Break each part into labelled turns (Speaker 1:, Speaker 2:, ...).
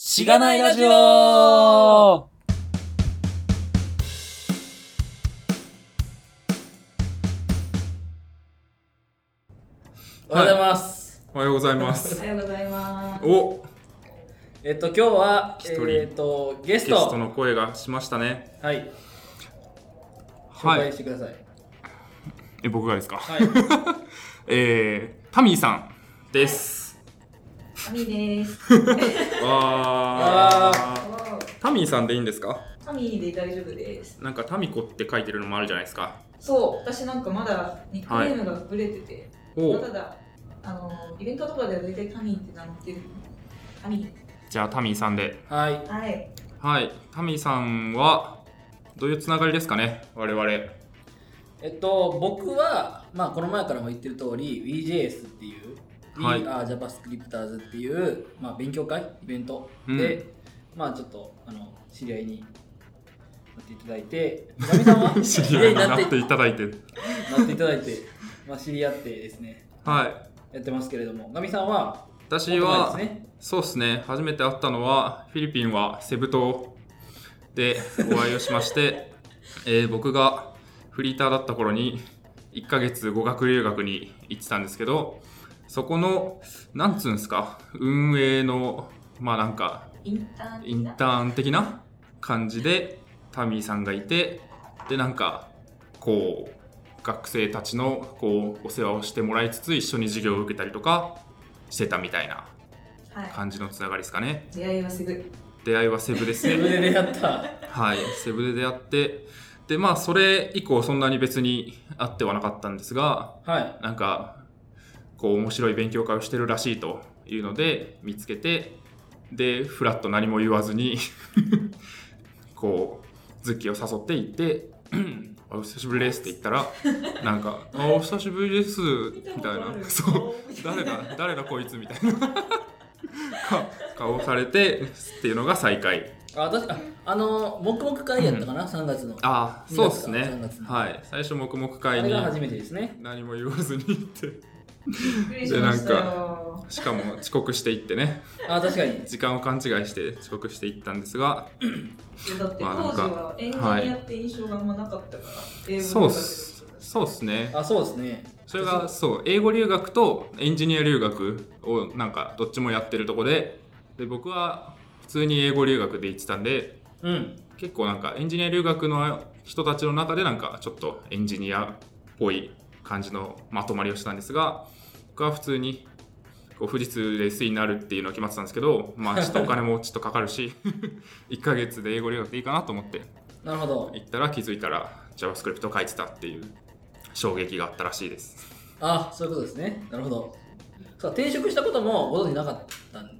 Speaker 1: しがないラジオ
Speaker 2: おはようございます。
Speaker 3: おはようございます
Speaker 4: お。はようございます。
Speaker 3: お
Speaker 2: えっと今日は
Speaker 3: 一人
Speaker 2: えっとゲス
Speaker 3: ゲス
Speaker 2: ト
Speaker 3: トの声がしましたね。
Speaker 2: はい紹
Speaker 3: は
Speaker 2: 介
Speaker 3: い。
Speaker 2: してください。
Speaker 3: え、僕がですか。
Speaker 2: はい。は
Speaker 3: えー、タミーさんです。
Speaker 4: アミです。
Speaker 3: わ
Speaker 4: お
Speaker 3: ー。
Speaker 4: ー
Speaker 3: タミーさんでいいんですか
Speaker 4: アミで大丈夫です。
Speaker 3: なんかタミコって書いてるのもあるじゃないですか。
Speaker 4: そう、私なんかまだニックネームがブレてて、
Speaker 3: お
Speaker 4: ただあのイベントとかでは大体タミーって名乗ってる。タミ
Speaker 3: じゃあタミーさんで。
Speaker 2: い。
Speaker 4: ー。はい。
Speaker 3: はい。タミーさんは、どういうつながりですかね我々。
Speaker 2: えっと僕はまあこの前からも言ってる通り VJS っていう。
Speaker 3: は
Speaker 2: We
Speaker 3: い
Speaker 2: are JavaScripters っていう、まあ、勉強会イベントで、まあちょっとあの知り合いになっていただいて村上さんは
Speaker 3: 知り合いにな
Speaker 2: な
Speaker 3: っ
Speaker 2: って
Speaker 3: ていただいて。
Speaker 2: なっていただいて、まあ、知り合ってですね
Speaker 3: はい。
Speaker 2: やってますけれどもガミさんは
Speaker 3: 私
Speaker 2: もっ
Speaker 3: は
Speaker 2: と前、ですね
Speaker 3: そうですね、初めて会ったのは、フィリピンはセブ島でお会いをしまして、 えー僕がフリーターだった頃に、1ヶ月語学留学に行ってたんですけど、そこの、なんつうんですか、運営の、まあなんか、
Speaker 4: インターン。
Speaker 3: インターン的な感じで、タミーさんがいて、で、なんか、こう、学生たちのこうお世話をしてもらいつつ、一緒に授業を受けたりとかしてたみたいな
Speaker 4: は
Speaker 3: 感じのつながりですかね。
Speaker 4: い。出会いはすぐ。
Speaker 3: 出会いはセブです
Speaker 2: セブ
Speaker 3: ね。
Speaker 2: で出会った
Speaker 3: はい、セブで出会って、で、まあ、それ以降、そんなに別に会ってはなかったんですが、
Speaker 2: はい
Speaker 3: なんか、こう、面白い勉強会をしてるらしいというので、見つけて、で、フラッと何も言わずに、 こう、ズッキーを誘って行って、 あお久しぶりですって言ったら、なんか、あ、お久しぶりです、みたいな、そう、誰だ誰だこいつみたいな か顔されてっていうのが再開
Speaker 2: あ確かああの黙々会やったかな、3月のあ
Speaker 3: ああそうですね
Speaker 2: 三月の
Speaker 3: はい最初黙々会
Speaker 2: れ
Speaker 3: に
Speaker 2: が初めてですね
Speaker 3: 何も言わずに行 って
Speaker 4: びっくりしました
Speaker 3: でなん
Speaker 4: よ。
Speaker 3: しかも遅刻していってね
Speaker 2: あ確かに
Speaker 3: 時間を勘違いして遅刻していったんですが
Speaker 4: だって
Speaker 3: まあな
Speaker 4: 当
Speaker 3: ん
Speaker 4: 時
Speaker 3: か
Speaker 4: はエンジニアって印象があんまなかったから。英語
Speaker 3: そうっ
Speaker 4: だけ
Speaker 3: すそうっすね
Speaker 2: あそうですね
Speaker 3: それがそう英語留学とエンジニア留学をなんかどっちもやってるとこでで僕は普通に英語留学で行ってたんで
Speaker 2: うん
Speaker 3: 結構なんかエンジニア留学の人たちの中でなんかちょっとエンジニアっぽい感じのまとまりをしたんですが僕は普通にこう富士通で SE になるっていうのは決まってたんですけどまあちょっとお金もちょっとかかるし 1ヶ月で英語留学でいいかなと思って
Speaker 2: なるほど
Speaker 3: 行ったら気づいたら JavaScript 書いてたっていう衝撃があったらしいです
Speaker 2: あそういうことですねなるほどさあ転職したこともご存じなかったん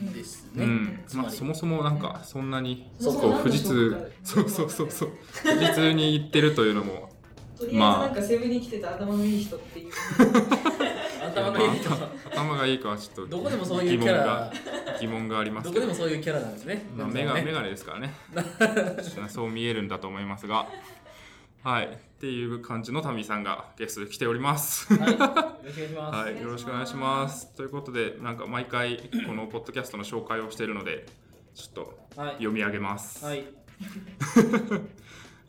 Speaker 4: うん
Speaker 2: ですね、
Speaker 3: うん
Speaker 2: つ
Speaker 3: ま
Speaker 2: ま
Speaker 3: あ、
Speaker 2: り、
Speaker 3: そもそもなんかそんなに
Speaker 4: そも
Speaker 3: こ
Speaker 4: そうも
Speaker 3: 富士通
Speaker 4: なん
Speaker 3: そ
Speaker 4: か
Speaker 3: う
Speaker 4: そ
Speaker 3: そうう
Speaker 4: そ
Speaker 3: そううそう富士通に行ってるというのも
Speaker 4: とりあえずなんかセブンに来てた頭のいい人っていう。
Speaker 2: 頭のいい人
Speaker 3: いやまあ頭がいいかはちょっと
Speaker 2: どこでもそういうキャラ
Speaker 3: 疑問があります
Speaker 2: ど
Speaker 3: け
Speaker 2: こで
Speaker 3: ど
Speaker 2: もそういうキャラなんですね
Speaker 3: まあ、
Speaker 2: ガミ
Speaker 3: メ
Speaker 2: さん
Speaker 3: ガ
Speaker 2: はね
Speaker 3: メガネですからね ちょっとそう見えるんだと思いますがはいっていう感じのタミさんがゲストで来ております
Speaker 2: はいよろしくお願いします、
Speaker 3: はいよろしくお願いしますということでなんか毎回このポッドキャストの紹介をしているのでちょっと
Speaker 2: はい
Speaker 3: 読み上げます、
Speaker 2: はい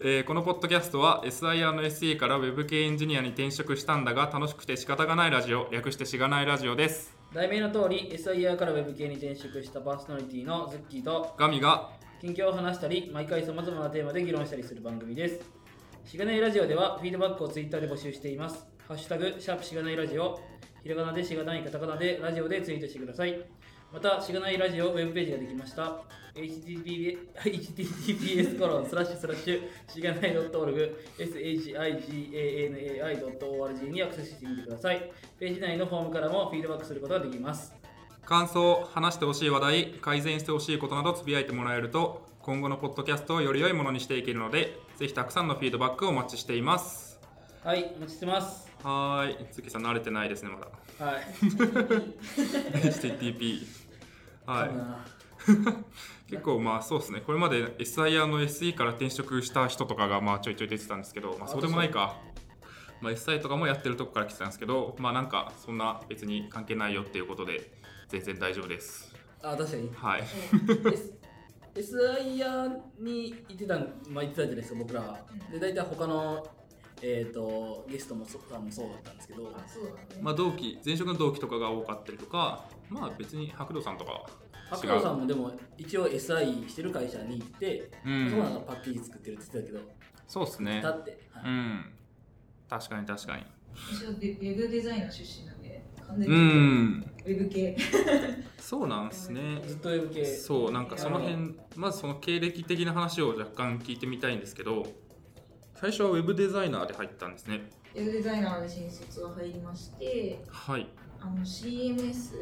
Speaker 3: えーこのポッドキャストは SIR の SE から Web 系エンジニアに転職したんだが楽しくて仕方がないラジオ略してしがないラジオです
Speaker 2: 題名の通り SIR から Web 系に転職したパーソナリティのズッキーと
Speaker 3: ガミが
Speaker 2: 近況を話したり毎回さまざまなテーマで議論したりする番組ですしがないラジオではフィードバックをツイッターで募集していますハッシュタグシャープしがないラジオひらがなでしがないカタカナでラジオでツイートしてくださいまたしがないラジオウェブページができました http https コロンスラッシュスラッシュしがない .org shiganai.org にアクセスしてみてくださいページ内のフォームからもフィードバックすることができます
Speaker 3: 感想話してほしい話題改善してほしいことなどつぶやいてもらえると今後のポッドキャストをより良いものにしていけるのでぜひたくさんのフィードバックをお待ちしています
Speaker 2: はいお待ちしてます
Speaker 3: はーい月さん慣れてないですねまだ
Speaker 2: はい、
Speaker 3: HTTP は
Speaker 2: そうだ
Speaker 3: い
Speaker 2: な
Speaker 3: 結構まあそうですねこれまで SIR の SE から転職した人とかがまあちょいちょい出てたんですけどまあそうでもないかまあ SI とかもやってるとこから来てたんですけどまあなんかそんな別に関係ないよっていうことで全然大丈夫です
Speaker 2: あ、確かに。
Speaker 3: はい。
Speaker 2: S- SIR に行ってたん、まあ、行ってたじゃないですか、僕らは。で、大体他の、えっ、と、ゲストもそあのそうだったんですけど、
Speaker 4: あそうだね。
Speaker 3: まあ同期、前職の同期とかが多かったりとか、まあ別に白道さんとか、
Speaker 2: 白川さんもでも、一応 SI してる会社に行って、
Speaker 3: う
Speaker 2: そこなん
Speaker 3: ん、
Speaker 2: かパッケージ作ってるって言ってたけど、
Speaker 3: そうですね
Speaker 2: だ。って、は
Speaker 3: う
Speaker 2: い
Speaker 3: ん。確かに確かに。
Speaker 4: 私はデウェブデザインの出身なんで、完全
Speaker 3: う
Speaker 4: にウ
Speaker 3: ん。
Speaker 4: ェブ系。
Speaker 3: そうなんですね。
Speaker 2: ずっと M 系。
Speaker 3: そうなんかその辺まずその経歴的な話を若干聞いてみたいんですけど最初はウェブデザイナーで入ったんですね
Speaker 4: ウェブデザイナーで新卒が入りまして、
Speaker 3: はい
Speaker 4: あの CMS、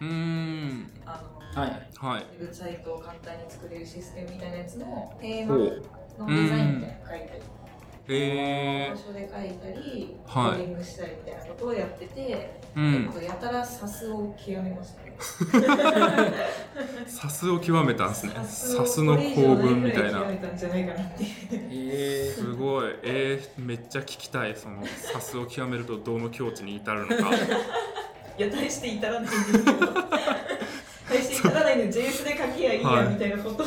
Speaker 3: うーん
Speaker 4: あの、
Speaker 2: はい。
Speaker 3: はい
Speaker 4: ウェブサイトを簡単に作れるシステムみたいなやつのテー
Speaker 3: ほ
Speaker 4: マ
Speaker 3: う
Speaker 4: のデザインみたいなの書いたり、
Speaker 3: へえ
Speaker 4: 場所で書いたり、コ
Speaker 3: はい
Speaker 4: ーディングしたりみたいなことをやってて、
Speaker 3: う
Speaker 4: 結
Speaker 3: ん
Speaker 4: 構やたらサスを極めましたね。
Speaker 3: さすを極めたんですねさす
Speaker 4: を
Speaker 3: の
Speaker 4: これ以上
Speaker 3: 構文みたい
Speaker 4: ない
Speaker 3: な
Speaker 4: ぐら極めたんじゃないかなって。
Speaker 2: えー
Speaker 3: すごいえー、めっちゃ聞きたいそのさすを極めるとどの境地に至るのか
Speaker 4: いや、大して至らないんですけど。 大して至らないので JS で書きゃいい
Speaker 3: は
Speaker 4: や
Speaker 3: い
Speaker 4: みたいなことを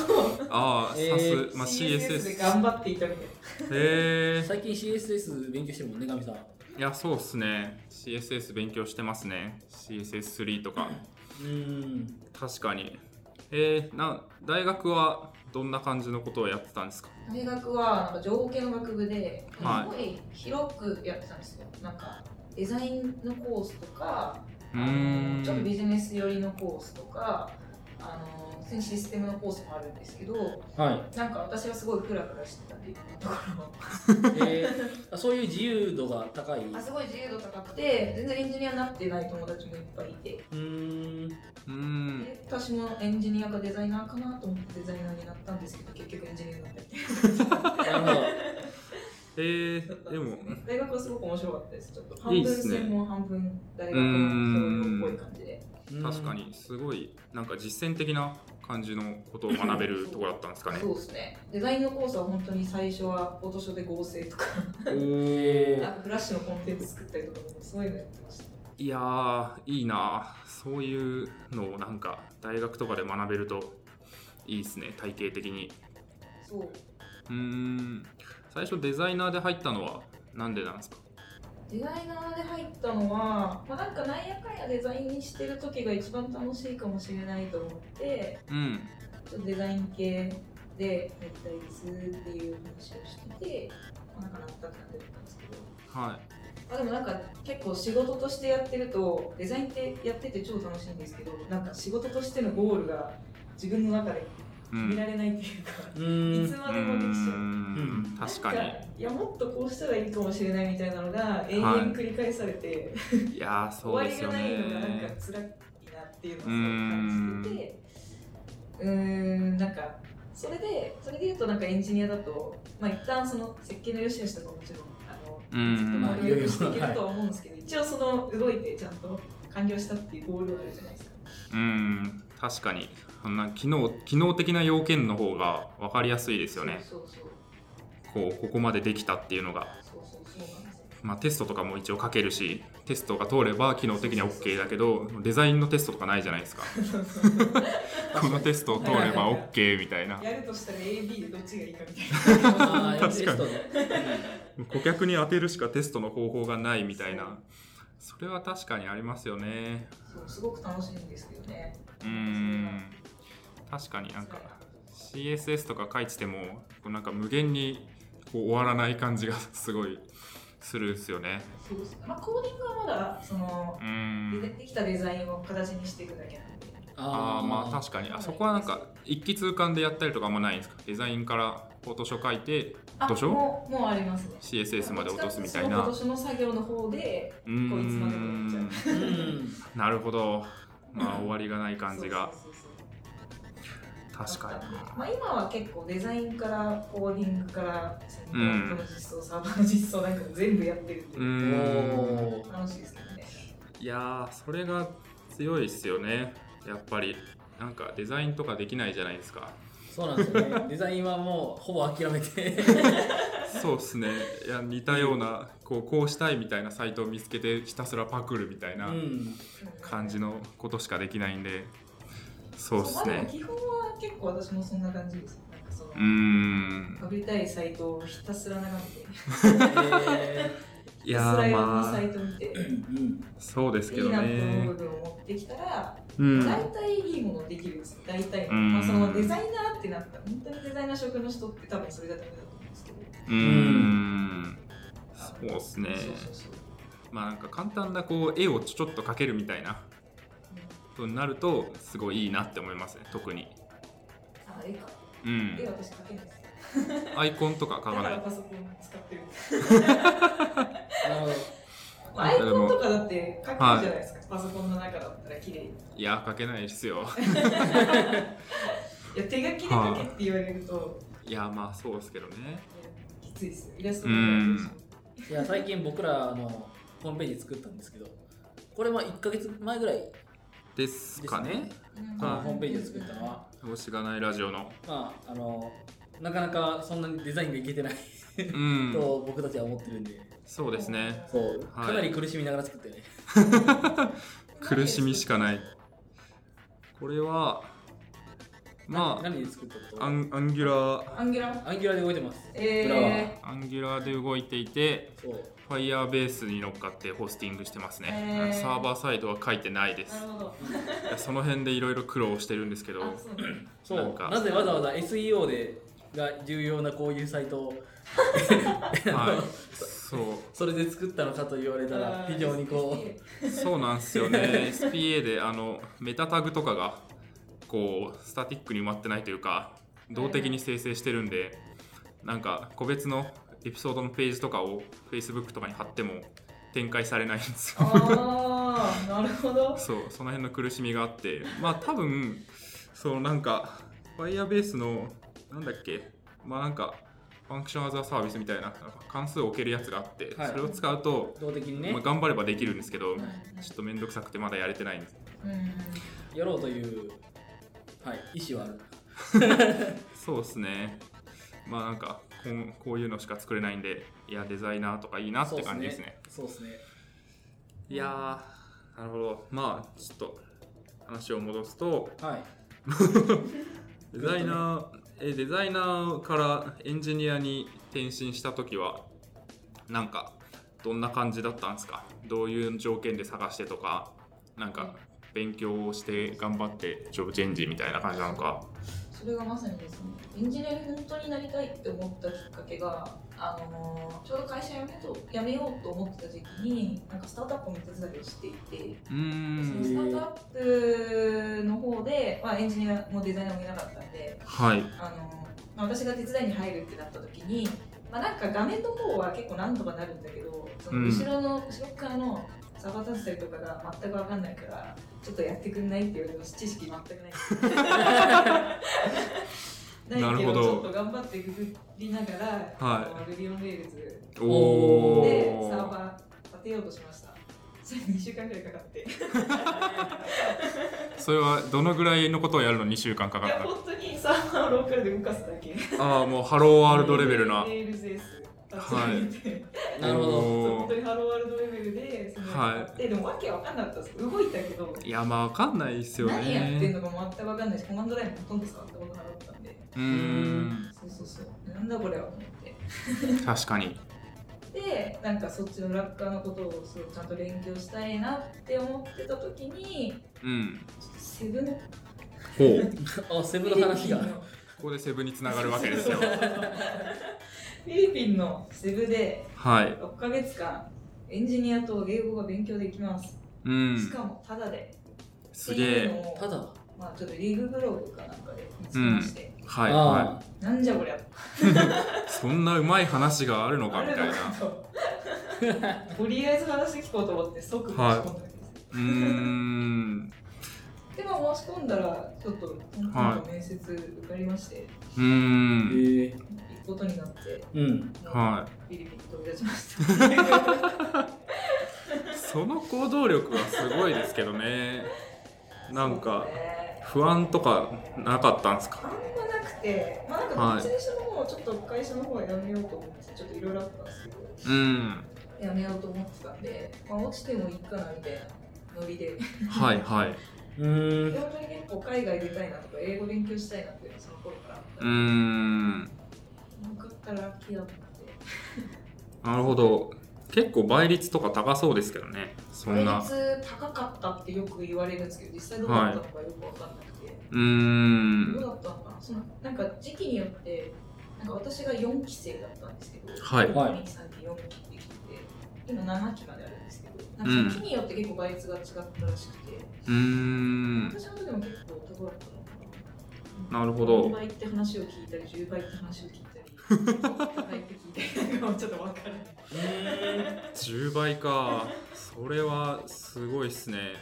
Speaker 3: ああさす、
Speaker 2: えー
Speaker 3: まあ
Speaker 4: CSS で
Speaker 3: CSS
Speaker 4: 頑張っていたみたいな。
Speaker 3: へえ
Speaker 2: 最近 CSS 勉強してるもんね、神さん。
Speaker 3: いやそうっすね CSS 勉強してますね CSS3 とか
Speaker 2: うん。
Speaker 3: 確かにえー、な大学はどんな感じのことをやってたんですか
Speaker 4: 大学はなんか情報系の学部で、
Speaker 3: はい
Speaker 4: すごい広くやってたんですよ。なんかデザインのコースとか、
Speaker 3: うー
Speaker 4: あのちょっと
Speaker 3: ん
Speaker 4: ビジネス寄りのコースとか、あの普通にシステムのコースもあるんですけど、
Speaker 2: はい。
Speaker 4: なんか私はすごいフラフラしてたっていうところ
Speaker 2: えー、あそういう自由度が高い。
Speaker 4: あすごい自由度高くて、全然エンジニアになってない友達もいっぱいいて、
Speaker 2: うん。
Speaker 3: うーん
Speaker 4: で私もエンジニアかデザイナーかなと思ってデザイナーになったんですけど、結局エンジニアになったってい
Speaker 2: な
Speaker 4: う
Speaker 2: るほど。
Speaker 3: えー、でも
Speaker 4: 大学はすごく面白かったです。ちょっと
Speaker 3: い
Speaker 4: 半
Speaker 3: いっ
Speaker 4: 分
Speaker 3: すね
Speaker 4: 専門、半分大学の教養っぽい感じで。
Speaker 2: うん
Speaker 3: 確か。にすごいなんか実践的な感じのことを学べるところだったんですかね
Speaker 4: そうですね。デザインのコースは本当に最初はフォトショーで合成とか、
Speaker 3: お
Speaker 2: え
Speaker 4: あ
Speaker 2: ー
Speaker 4: とフラッシュのコンテンツ作ったりとかもそういうのやってました。
Speaker 3: いやーいいなそういうのをなんか大学とかで学べるといいですね体系的に
Speaker 4: そう。
Speaker 3: うーん最初デザイナーで入ったのはなんでなんですか
Speaker 4: デザイナーで入ったのは、まあ、なんかなんやかんやデザインにしてる時が一番楽しいかもしれないと思って、
Speaker 3: うん
Speaker 4: ちょっとデザイン系で入りたいですっていう話をしてて、まあ、なんかなったってなってたんですけど。
Speaker 3: は
Speaker 4: あでもなんか結構仕事としてやってるとデザインってやってて超楽しいんですけどなんか仕事としてのゴールが自分の中で
Speaker 3: い、うん、
Speaker 4: 見られないっていうか、
Speaker 2: う
Speaker 4: いつ
Speaker 2: ん。
Speaker 4: までもできちゃう。
Speaker 3: うん確か
Speaker 4: なん
Speaker 3: に
Speaker 4: いやもっとこうしたらいいかもしれないみたいなのが永遠繰り返されて、
Speaker 3: いやーそう
Speaker 4: 終わ
Speaker 3: で
Speaker 4: り
Speaker 3: す
Speaker 4: が
Speaker 3: よ
Speaker 4: ないのがなんか
Speaker 3: ね。
Speaker 4: 辛いなっていうのをすごい感じててうーんなんかそれでそれで言うとなんかエンジニアだとまあ一旦その設計の良し悪しとかもちろんあの
Speaker 3: う
Speaker 4: ま
Speaker 2: ま
Speaker 4: あ、
Speaker 2: あ
Speaker 3: ん、
Speaker 4: いろいろしていけるとは思うんですけど、一応その動いてちゃんと完了したっていうゴールはあるじゃないですか。
Speaker 3: うん、確かに、そんな機能機能的な要件の方が分かりやすいですよね。
Speaker 4: そうそう
Speaker 3: こうここまでできたっていうのが、
Speaker 4: そうそうそうそうなんですよ。
Speaker 3: まあテストとかも一応書けるし、テストが通れば機能的には OK だけど、デザインのテストとかないじゃないですか。このテストを通れば OK みたいな。
Speaker 4: やるとしたら AB でどっちがいいかみたい
Speaker 2: あー
Speaker 3: 確か
Speaker 2: テ
Speaker 3: に
Speaker 2: ストね
Speaker 3: 顧客に当てるしかテストの方法がないみたいな。それは確かにありますよね。
Speaker 4: な。そうすごく楽しいんですけどね。
Speaker 3: うん、確かになんか。CSS とか書いててもこうなんか無限にこう終わらない感じがすごいするんですよね。
Speaker 4: そうですまあコーディングはまだその
Speaker 3: う、
Speaker 4: で
Speaker 3: ん
Speaker 4: できたデザインを形にしていくだけなんで。
Speaker 3: あーまあ
Speaker 2: か
Speaker 3: 確かにあそこはなんか一気通貫でやったりとかあんまないんですかデザインからフォトショ書いて
Speaker 4: あ
Speaker 3: どうしよう
Speaker 4: もうもうありますね。
Speaker 3: CSS まで落とすみたいな
Speaker 4: どっちかっていうとその今年の作業の方で
Speaker 3: う
Speaker 4: こいつまでもやっちゃ
Speaker 3: ん
Speaker 4: う
Speaker 2: に。うん。
Speaker 3: なるほどまあ終わりがない感じが
Speaker 4: そうそうそうそう
Speaker 3: 確か
Speaker 4: まあ、今は結構デザインからコーディングからプロットの実装、サーバーの実装なんかも全部やってるんで、
Speaker 3: にうん
Speaker 2: おー
Speaker 4: 楽しいですけどね。
Speaker 3: いやーそれが強いっすよねやっぱりなんかデザインとかできないじゃないですか
Speaker 2: そうなんですよね。デザインはもうほぼ諦めて。
Speaker 3: そうっすねいや似たようなこうこうしたいみたいなサイトを見つけてひたすらパクるみたいな
Speaker 2: うん。
Speaker 3: 感じのことしかできないんでそうです
Speaker 4: まあ
Speaker 3: ね。
Speaker 4: 基本は結構私もそんな感じです。なんかその、
Speaker 3: うーん。
Speaker 4: かぶりたいサイトをひたすら眺めて、ひ
Speaker 2: え
Speaker 3: い
Speaker 4: た
Speaker 3: や
Speaker 4: すら
Speaker 3: ー
Speaker 4: いろんな
Speaker 3: ま
Speaker 4: サ
Speaker 3: あ
Speaker 4: イト見て、
Speaker 2: ーうん
Speaker 3: そうですけ
Speaker 4: いい
Speaker 3: ど
Speaker 4: なって思
Speaker 3: ね
Speaker 4: う。部分を持ってきたら、
Speaker 3: うん。
Speaker 4: 大体いいものできるんですよ。大体の。
Speaker 3: うん
Speaker 4: まあ、そのデザイナーってなったら、本当にデザイナー職の人って多分それがダメだと思うんですけど。
Speaker 3: うーん。そうですね。
Speaker 4: そうそうそう。
Speaker 3: まあなんか簡単なこう絵をちょちょっと描けるみたいな
Speaker 4: うん
Speaker 3: とになるとすごいいいなって思いますね。特に。
Speaker 4: あ、絵か。
Speaker 3: う
Speaker 4: 絵
Speaker 3: ん。
Speaker 4: 私描けないです。
Speaker 3: アイコンとか
Speaker 4: だ
Speaker 3: 描
Speaker 4: か
Speaker 3: かな
Speaker 4: ら
Speaker 3: い。
Speaker 4: パソコン使ってる。
Speaker 2: なるほど
Speaker 4: まあアイコンとかだって書けるじゃないですか、パソコンの中だったら綺麗に。
Speaker 3: いやー描けないですよ。
Speaker 4: いや手書きで書けって言われると、
Speaker 3: いやーまあそうですけどね。
Speaker 4: きついですよ。イラスト。
Speaker 2: いや最近僕らあのホームページ作ったんですけどこれまあ1か月前ぐらい
Speaker 3: ですかね。
Speaker 2: この
Speaker 3: はい
Speaker 2: ホームページを作ったのは、
Speaker 3: 星がないラジオ の。
Speaker 2: まああのなかなかそんなにデザインがいけてない
Speaker 3: うん。
Speaker 2: と僕たちは思ってるんで、
Speaker 3: そうですね。
Speaker 2: そう
Speaker 3: はい
Speaker 2: かなり苦しみながら作ってね、
Speaker 3: 苦しみしかないい。これは、ま
Speaker 2: 何で作ったこ
Speaker 3: あ、
Speaker 2: と
Speaker 3: アンアンギュラー、
Speaker 4: アンギュラ
Speaker 2: アンギュラーで動いてます裏は
Speaker 4: え
Speaker 3: アンギュラーで動いていて、
Speaker 2: そう
Speaker 3: Firebase に乗っかってホスティングしてますね。
Speaker 4: へー
Speaker 3: サーバーサイドは書いてないで
Speaker 4: ー、
Speaker 3: す
Speaker 4: なる。ほど。
Speaker 3: いやその辺でいろいろ苦労してるんですけど、
Speaker 4: あ、そう
Speaker 2: そう
Speaker 4: なんだ
Speaker 3: なんか
Speaker 2: なぜわざわざ SEO でが重要なこういうサイトを
Speaker 3: はい、そう
Speaker 2: それで作ったのかと言われたら非常にこう
Speaker 3: そうなんですよね SPA であのメタタグとかがこうスタティックに埋まってないというか動的に生成してるんでなんか個別のエピソードのページとかを Facebook とかに貼っても展開されないんですよ
Speaker 4: あー、なるほど。
Speaker 3: そうその辺の苦しみがあってまあ多分そうなんか Firebase のなんだっけまあなんかファンクションアザーサービスみたいななんか関数を置けるやつがあって、
Speaker 2: はい
Speaker 3: それを使うと、
Speaker 2: 動的にね
Speaker 3: まあ、頑張ればできるんですけど、
Speaker 2: はい
Speaker 3: ちょっと面倒くさくてまだやれてないんです
Speaker 4: うん。
Speaker 2: やろうという、はい、意思はある
Speaker 3: そうですねまあなんかこうこういうのしか作れないんでいやデザイナーとかいいなって感じですね
Speaker 2: そうですね
Speaker 3: いやーなるほどまあちょっと話を戻すと
Speaker 2: はい
Speaker 3: デザイナー、えデザイナーからエンジニアに転身した時はなんかどんな感じだったんですかどういう条件で探してとかなんか勉強をして頑張ってジョブチェンジみたいな感じなのか
Speaker 4: それがまさにですね、エンジニアに本当になりたいって思ったきっかけが、あのーちょうど会社辞めと辞めようと思ってた時期に、なんかスタートアップの手伝いをしていて、
Speaker 3: う
Speaker 4: その
Speaker 3: ん
Speaker 4: スタートアップの方で、まあ、エンジニアもデザイナーもいなかったんで、
Speaker 3: はい
Speaker 4: あのまあ私が手伝いに入るってなった時に、まあ、なんか画面の方は結構なんとかなるんだけどその
Speaker 3: うん
Speaker 4: 後ろの、後ろ側のサーバー立てたりとかが全く分かんないからちょっとやってくんないって言われてます知識全く ない
Speaker 3: な
Speaker 4: ないけ
Speaker 3: るほ
Speaker 4: どち
Speaker 3: ど
Speaker 4: ょっと頑張ってググりながら、
Speaker 3: はい
Speaker 4: あのルビオンレールズ
Speaker 3: お
Speaker 2: お
Speaker 4: でサー
Speaker 3: お
Speaker 4: バー立てようとしましたそれ2週間くらいかかって
Speaker 3: それはどのぐらいのことをやるの2週間かか
Speaker 4: い
Speaker 3: っ
Speaker 4: や本当にサーバーをローカルで動かすだけ
Speaker 3: たああもうハローワールドレベルな
Speaker 4: レールズ S 立てて
Speaker 2: なるほど
Speaker 4: そう
Speaker 3: お
Speaker 4: 本当にハローワールドレベルで、その
Speaker 3: は
Speaker 4: ででもわけわかんなかったんです動いたけど、
Speaker 3: いやまあわかんないですよね
Speaker 4: 何やってんのか全くわかんないし、コマンドラインもほとんど使ったことなかったんで、
Speaker 3: うーん
Speaker 4: そうそうそう、なんだこれはと思って。
Speaker 3: 確かに
Speaker 4: で、なんかそっちのラッカーのことをすごいちゃんと勉強したいなって思ってた時に、
Speaker 3: うん
Speaker 4: ちょっとセブンフ
Speaker 3: ほう
Speaker 2: あセブ
Speaker 4: ィ
Speaker 2: の
Speaker 4: リ
Speaker 2: 話
Speaker 4: ピン
Speaker 2: が
Speaker 4: の
Speaker 3: ここでセブにつながるわ けですよ
Speaker 4: フィリピンのセブで
Speaker 3: はい
Speaker 4: 6ヶ月間、エンジニアと英語が勉強できます。
Speaker 3: うん
Speaker 4: しかもタダで。
Speaker 3: すげ
Speaker 4: っていう
Speaker 3: え
Speaker 4: のを
Speaker 2: ただ、
Speaker 4: まあちょっとリーグブログかなんかで見つけまして、
Speaker 3: はい
Speaker 2: あ
Speaker 3: は
Speaker 4: なんじゃこりゃ
Speaker 3: いそんなうまい話があるのか
Speaker 4: あ
Speaker 3: み
Speaker 4: る
Speaker 3: たいな
Speaker 4: のかととりあえず話聞こうと思って即申し込んだんです、
Speaker 3: うーん
Speaker 4: でも申し込んだらちょっとなんか面接受かりまして、
Speaker 3: うー
Speaker 2: え
Speaker 3: ん
Speaker 2: ー、
Speaker 4: 行くことになって
Speaker 2: うん
Speaker 3: は
Speaker 4: フィリピンに飛び出しました
Speaker 3: いその行動力はすごいですけどね なん
Speaker 4: そう
Speaker 3: か
Speaker 4: ですね
Speaker 3: 不安とかなかったんですか
Speaker 4: あんまなくてまあなんか
Speaker 3: は
Speaker 4: ど
Speaker 3: い
Speaker 4: っちにしてももうちょっと会社の方はやめようと思ってちょっといろいろあったんですけど
Speaker 3: うん
Speaker 4: やめようと思ってたんで、まあ、落ちてもいいかなみたいなノリで
Speaker 3: はいはい
Speaker 2: うーん
Speaker 4: で本当に結構海外出たいなとか英語勉強したいなっていうのはその頃からあった
Speaker 3: うーん
Speaker 4: 僕からラッキーだったので
Speaker 3: なるほど結構倍率とか高そうですけどねそんな
Speaker 4: 倍率高かったってよく言われるんですけど実際どうだったのかよく分かんなくて、
Speaker 3: うー
Speaker 4: どうんだったのかなそのなんか時期によってなんか私が4期生だったんですけど、
Speaker 3: はい
Speaker 2: はい
Speaker 4: 2期3期4期って来て今7期まであるんですけどなんかその期によって結構倍率が違ったらしくて、
Speaker 3: うーん
Speaker 4: 私の時も結構男だったのかな
Speaker 3: なるほど
Speaker 4: 4倍って話を聞いたり10倍って話を聞い たり10倍って聞いたりなんかちょっと分かる
Speaker 2: うーん
Speaker 3: 10倍かそれはすごいっすね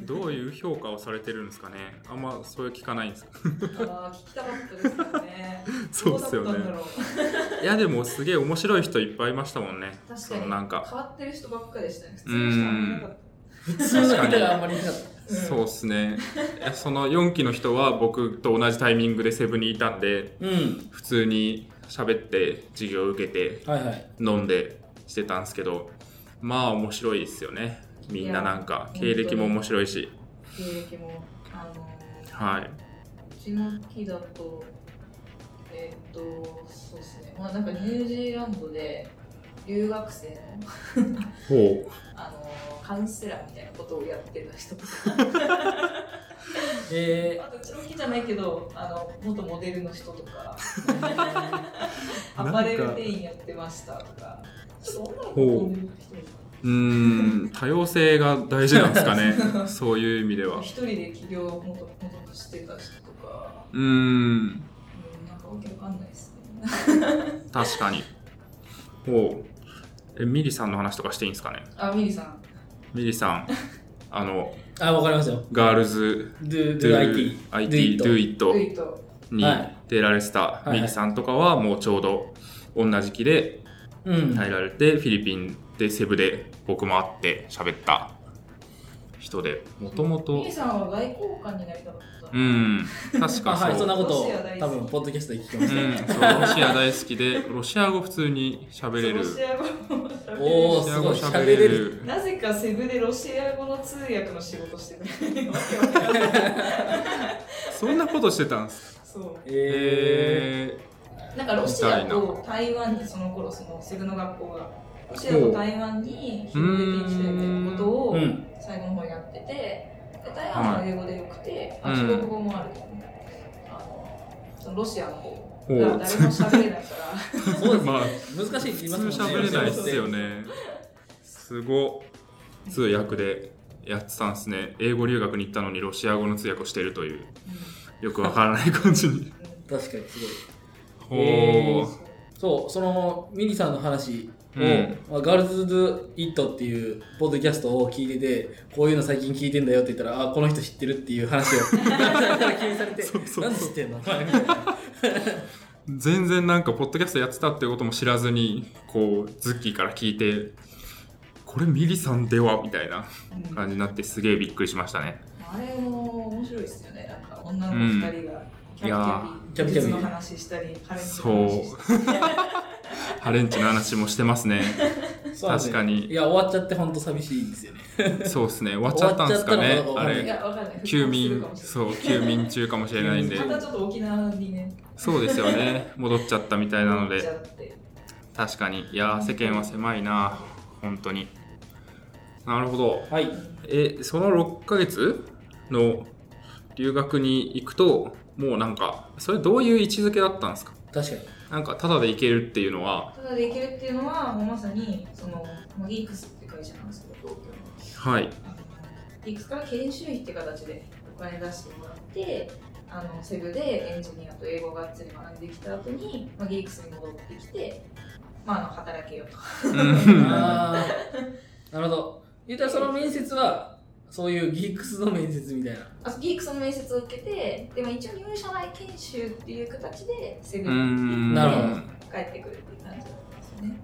Speaker 3: どういう評価をされてるんですかねあんまそういう聞かないんですか
Speaker 4: あー聞きたかったですよね
Speaker 3: そうっすよ
Speaker 4: どうだったんだ
Speaker 3: ね
Speaker 4: ろう
Speaker 3: いやでもすげえ面白い人いっぱいいましたもんね
Speaker 4: 確かに
Speaker 3: そのなんか
Speaker 4: 変わってる人ばっかでしたね普通の人はあん
Speaker 2: 普通の方
Speaker 4: まりいなかった
Speaker 2: があんまりいなかっ
Speaker 3: そうっすねいやその4期の人は僕と同じタイミングでセブンにいたんで
Speaker 2: たうん
Speaker 3: 普通に喋って授業受けて
Speaker 2: はいはい
Speaker 3: 飲んでしてたんですけどまあ面白いですよねみんななんか
Speaker 4: いや
Speaker 3: 経歴も面白いし
Speaker 4: 経歴もあのー
Speaker 3: はいう
Speaker 4: ちの木だとえーっとそうですねまあなんかニュージーランドで留学生の
Speaker 3: ほ
Speaker 4: あのーカウンセラーみたいなことをやってた人とか
Speaker 2: え
Speaker 4: あとうちの木じゃないけどあの元モデルの人とか
Speaker 3: な
Speaker 4: ア
Speaker 3: んか
Speaker 4: パレル店員やってましたとかちょっと女の子
Speaker 3: ほう
Speaker 4: の人いる
Speaker 3: ううーん多様性が大事なんです かねそういう意味で は
Speaker 4: 一人で起業をもともとしてた人とか、
Speaker 3: うーん
Speaker 4: うん、なんかわけわかんないですね
Speaker 3: 確かにほうえミリさんの話とかしていいんですかね
Speaker 4: あ、ミリさん。
Speaker 3: ミリさ んあの
Speaker 2: ー、あわかりますよ
Speaker 3: ガールズ
Speaker 2: Do,
Speaker 3: Do
Speaker 2: do IT
Speaker 3: IT Do It
Speaker 4: ルイと。
Speaker 3: に出られてた
Speaker 2: い
Speaker 3: ミリさんとかはもうちょうど同じ期で
Speaker 2: うん、
Speaker 3: 入られてフィリピンでセブで僕も会って喋った人でもとも
Speaker 4: ミ
Speaker 3: と
Speaker 4: リさんは外交官になりたかった。
Speaker 3: う。ん確
Speaker 2: あ
Speaker 3: かそう,、
Speaker 2: はいそんなことを
Speaker 4: ロシア大
Speaker 2: 多
Speaker 4: 好き
Speaker 2: 分ポッドキャストで聞きま
Speaker 3: う
Speaker 2: した、
Speaker 3: ん、そうロシア大好きでロシア語普通に喋れる
Speaker 4: ロシア語も喋れる
Speaker 2: お
Speaker 3: ロシア語
Speaker 2: すごい
Speaker 3: 喋れ
Speaker 2: 喋れ
Speaker 3: る
Speaker 4: なぜかセブでロシア語の通訳の仕事して る。わけわかんない
Speaker 3: そんなことしてたんです
Speaker 4: そ
Speaker 2: え
Speaker 3: え
Speaker 4: う。なんかロシアと台湾にその頃そのセブの学校が。ロシアと台湾に広げていきたいみたいなこと
Speaker 2: ー、
Speaker 4: を
Speaker 2: うん
Speaker 4: 最後の方やってて、で台湾は英語でよくて、
Speaker 3: はい
Speaker 4: あ
Speaker 3: うん
Speaker 4: 中国語もあるけど、ねあのそのロシアの方
Speaker 3: ー、
Speaker 4: が
Speaker 3: ほ
Speaker 4: 誰も喋れないから。
Speaker 2: そうですね、
Speaker 3: まあ
Speaker 2: 難しいって言います
Speaker 3: 普通
Speaker 2: もんね。
Speaker 3: 喋れないっすよねすごっ通訳でやってたんですね英語留学に行ったのにロシア語の通訳をしてるというよくわからない感じ に
Speaker 2: 確かにすごい。
Speaker 3: ほう、
Speaker 2: へーそう、そのミリさんの話を、
Speaker 3: うん
Speaker 2: まあ、ガールズ・ドゥ・イットっていうポッドキャストを聞いてて、こういうの最近聞いてんだよって言ったら、あ、この人知ってるっていう 話を気にされて、
Speaker 3: そうそうそ う
Speaker 2: なんで知ってんのお前みたいな
Speaker 3: 全然なんかポッドキャストやってたっていうことも知らずにこうズッキーから聞いてこれミリさんではみたいな
Speaker 4: うん
Speaker 3: 感じになってすげえびっくりしましたね
Speaker 4: あれも面白いですよね。なんか女の子二人がキャ
Speaker 3: うん
Speaker 4: ピ
Speaker 2: いやー
Speaker 4: キャピ術の話したり、ハレンチの話したり。
Speaker 3: ハレンチの話もしてますね
Speaker 2: そうなんですよ
Speaker 3: 確かに
Speaker 2: いや、終わっちゃって本当寂しいんですよね。
Speaker 3: そうですね終わっちゃったんですか
Speaker 2: 終わっち
Speaker 3: ね
Speaker 2: ゃったのかわ
Speaker 3: あ
Speaker 2: かん
Speaker 4: い
Speaker 3: れ
Speaker 4: や、わかんない。
Speaker 3: 休眠
Speaker 4: 復活する
Speaker 3: そう休眠中かもしれないんで
Speaker 4: かもしれないまたちょっと沖縄にね、
Speaker 3: そうですよね戻っちゃったみたいなの
Speaker 4: 行っち
Speaker 3: で
Speaker 4: ゃって。
Speaker 3: 確かにいやー世間は狭いな本当になるほど
Speaker 2: はい。
Speaker 3: えその6ヶ月の留学に行くともうなんかそれどういう位置づけだったんですか
Speaker 2: 確かに。
Speaker 3: なんかタダで行けるっていうのは
Speaker 4: ただできるっていうのは、もうまさに、その、まあギークスって会社なんですけど、東京の。
Speaker 3: はい
Speaker 4: あのギークスから研修費って形でお金出してもらって、あのセブでエンジニアと英語をがっつり学んできた後に、まあ、ギークスに戻ってきて、まあ、あの働けよと。
Speaker 3: うん
Speaker 2: あーなるほど。言ったらその面接は、そういうギークスの面接みたいな。
Speaker 4: あギークスの面接を受けて、でも一応入社内研修っていう形でセブ
Speaker 3: う
Speaker 4: に
Speaker 3: ん
Speaker 2: なるほ
Speaker 4: 帰ってくるっていう感じだったんですよね。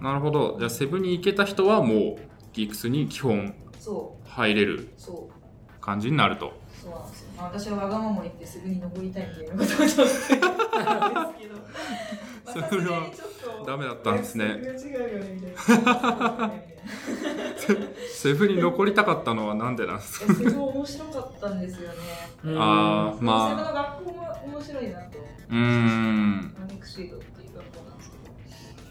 Speaker 3: なるほどじゃあセブに行けた人はもうギークスに基本
Speaker 4: そ
Speaker 3: 入れる
Speaker 4: う、そう、
Speaker 3: 感じになると
Speaker 4: そうなんですよ。まあ、私はわがまま言ってセブに登りたいみたいなことをちょっと言ったんですけど、
Speaker 3: それ
Speaker 4: まあさ
Speaker 3: は
Speaker 4: すがにちょっと
Speaker 3: ダメだったんですね
Speaker 4: 約束が違うよねみたいな。
Speaker 3: セブに残りたかったのはなんでなんですか
Speaker 4: えすごい面白かったんですよね。
Speaker 2: うん
Speaker 3: あー
Speaker 4: セブ
Speaker 3: まあ
Speaker 4: の学校も面白いなと。
Speaker 3: うーん
Speaker 4: マニックシードっていう学校なんですけ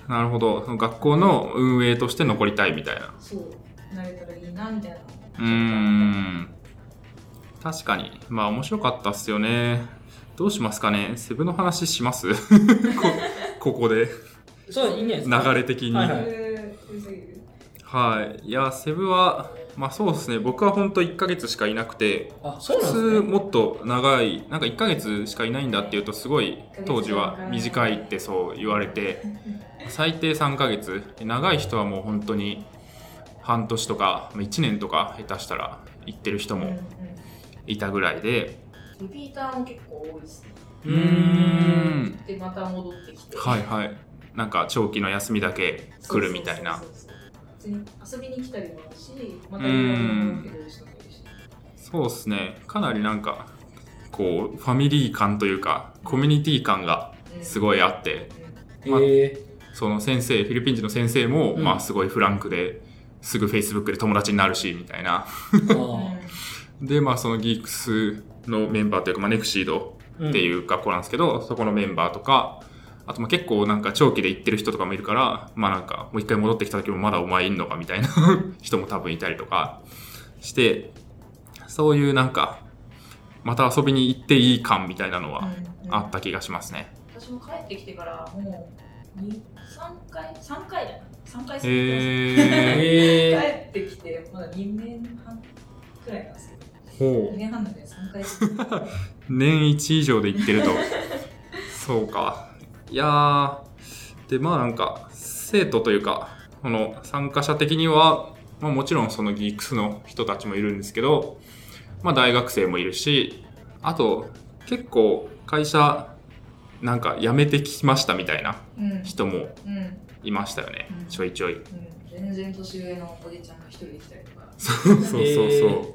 Speaker 4: ど、
Speaker 3: なるほどその学校の運営として残りたいみたいな
Speaker 4: そう、なれたらいいなみたいな。
Speaker 3: うーん確かにまあ面白かったっすよねどうしますかねセブの話します こここで
Speaker 2: そういいんじゃないですか
Speaker 3: 流れ的に
Speaker 2: は
Speaker 3: はいい、
Speaker 2: はい
Speaker 4: えーうるさいよ
Speaker 3: い、やセブはまあそうですね僕は本当1ヶ月しかいなくて
Speaker 2: あそう
Speaker 3: 普
Speaker 2: なん
Speaker 3: 通
Speaker 2: ですね
Speaker 3: もっと長いなんか1ヶ月しかいないんだっていうとすごい当時は短いってそう言われて最低3ヶ月長い人はもう本当に半年とか1年とか下手したら行ってる人
Speaker 4: うんう
Speaker 3: も
Speaker 4: ん
Speaker 3: いたぐらいで
Speaker 4: リピーターも結構多いですね。
Speaker 3: う
Speaker 2: うーん
Speaker 3: ん
Speaker 4: で、また戻ってきて。
Speaker 3: はいはいなんか長期の休みだけ来るみたいな
Speaker 4: そうそうそうそう。別に遊びに来たりもあるし、またいろいろ戻ってくる人もいるし。
Speaker 3: そうですねかなりなんかこうファミリー感というかコミュニティ感がす
Speaker 4: い。。
Speaker 3: ごいあって
Speaker 2: えー
Speaker 3: その先生フィリピン人の先生も、
Speaker 2: うん
Speaker 3: まあすごいフランクですぐ Facebook で友達になるしみたい
Speaker 2: あ
Speaker 3: なでまあそのギークスのメンバーというか、まあ、ネクシード
Speaker 2: ー
Speaker 3: っていう学校なんですけど、そこのメンバーとかあとまあ結構なんか長期で行ってる人とかもいるからまあなんかもう一回戻ってきた時もまだお前いんのかみたいな 人も多分いたりとかしてそういうなんかまた遊びに行っていい感みたいなのはあったた気がしますね。
Speaker 4: 私も帰ってきてからもう2、3回、3回だな。3回する
Speaker 3: へえ
Speaker 2: えー
Speaker 4: 帰ってきて、まだ2年半くらいなんですけど、2
Speaker 3: ほう
Speaker 4: 年半なんで3回する。
Speaker 3: 年1以上で行って るとそうかいやーでまあなんか生徒というかこの参加者的には、まあ、もちろんそのギークスの人たちもいるんですけど、まあ、大学生もいるしあと結構会社なんか辞めてきましたみたいな
Speaker 4: うん、うん、
Speaker 3: 人も
Speaker 4: うん。
Speaker 3: いましたよねちょいちょい
Speaker 4: 全然年上のおじちゃんが一人で来たりとか。
Speaker 3: そうそうそうそう。
Speaker 2: え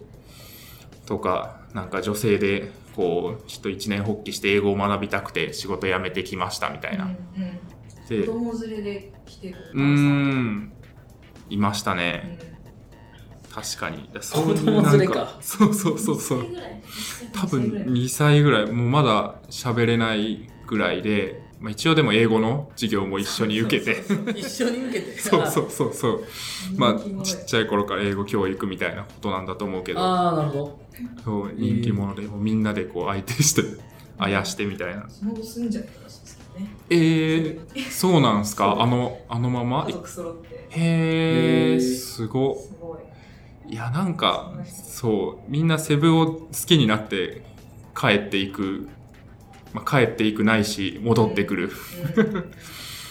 Speaker 3: とか、なんか女性で、こう、ちょっと一年発起して英語を学びたくて仕事辞めてきましたみたいな。
Speaker 4: うんうん、
Speaker 3: で、
Speaker 4: 子
Speaker 3: う
Speaker 4: 供連れで来てるお母さ
Speaker 3: ー
Speaker 4: ん。
Speaker 3: ん、いましたね。
Speaker 4: う
Speaker 3: 確かに。
Speaker 2: 供連れか
Speaker 3: そうそ
Speaker 4: ん
Speaker 3: うそうそう
Speaker 4: 一歳。ぐらい
Speaker 3: 多
Speaker 4: 一歳ぐらい
Speaker 3: 分2歳ぐらい、もうまだ喋れないぐらいで、まあ、一応でも英語の授業も一緒に受けて。
Speaker 2: そうそうそう一緒に受けて
Speaker 3: そうそうそうそう。ま
Speaker 4: 人気者
Speaker 3: あ、ちっちゃい頃から英語教育みたいなことなんだと思うけど。
Speaker 2: ああなるほど
Speaker 3: そう人気者で、もうみんなでこう相手してあやしてみたいな
Speaker 4: その後住んじゃったらしいですけどね。
Speaker 3: えー、そうなんすか
Speaker 4: そう
Speaker 3: あのあのまま
Speaker 4: 家族揃って。
Speaker 3: へ
Speaker 2: へー
Speaker 3: えすご
Speaker 4: すごい。
Speaker 3: いやなん
Speaker 4: そ
Speaker 3: か
Speaker 4: うなんです
Speaker 3: そうみんなセブを好きになって帰っていく、まあ、帰っていくないし戻ってくる、
Speaker 4: うん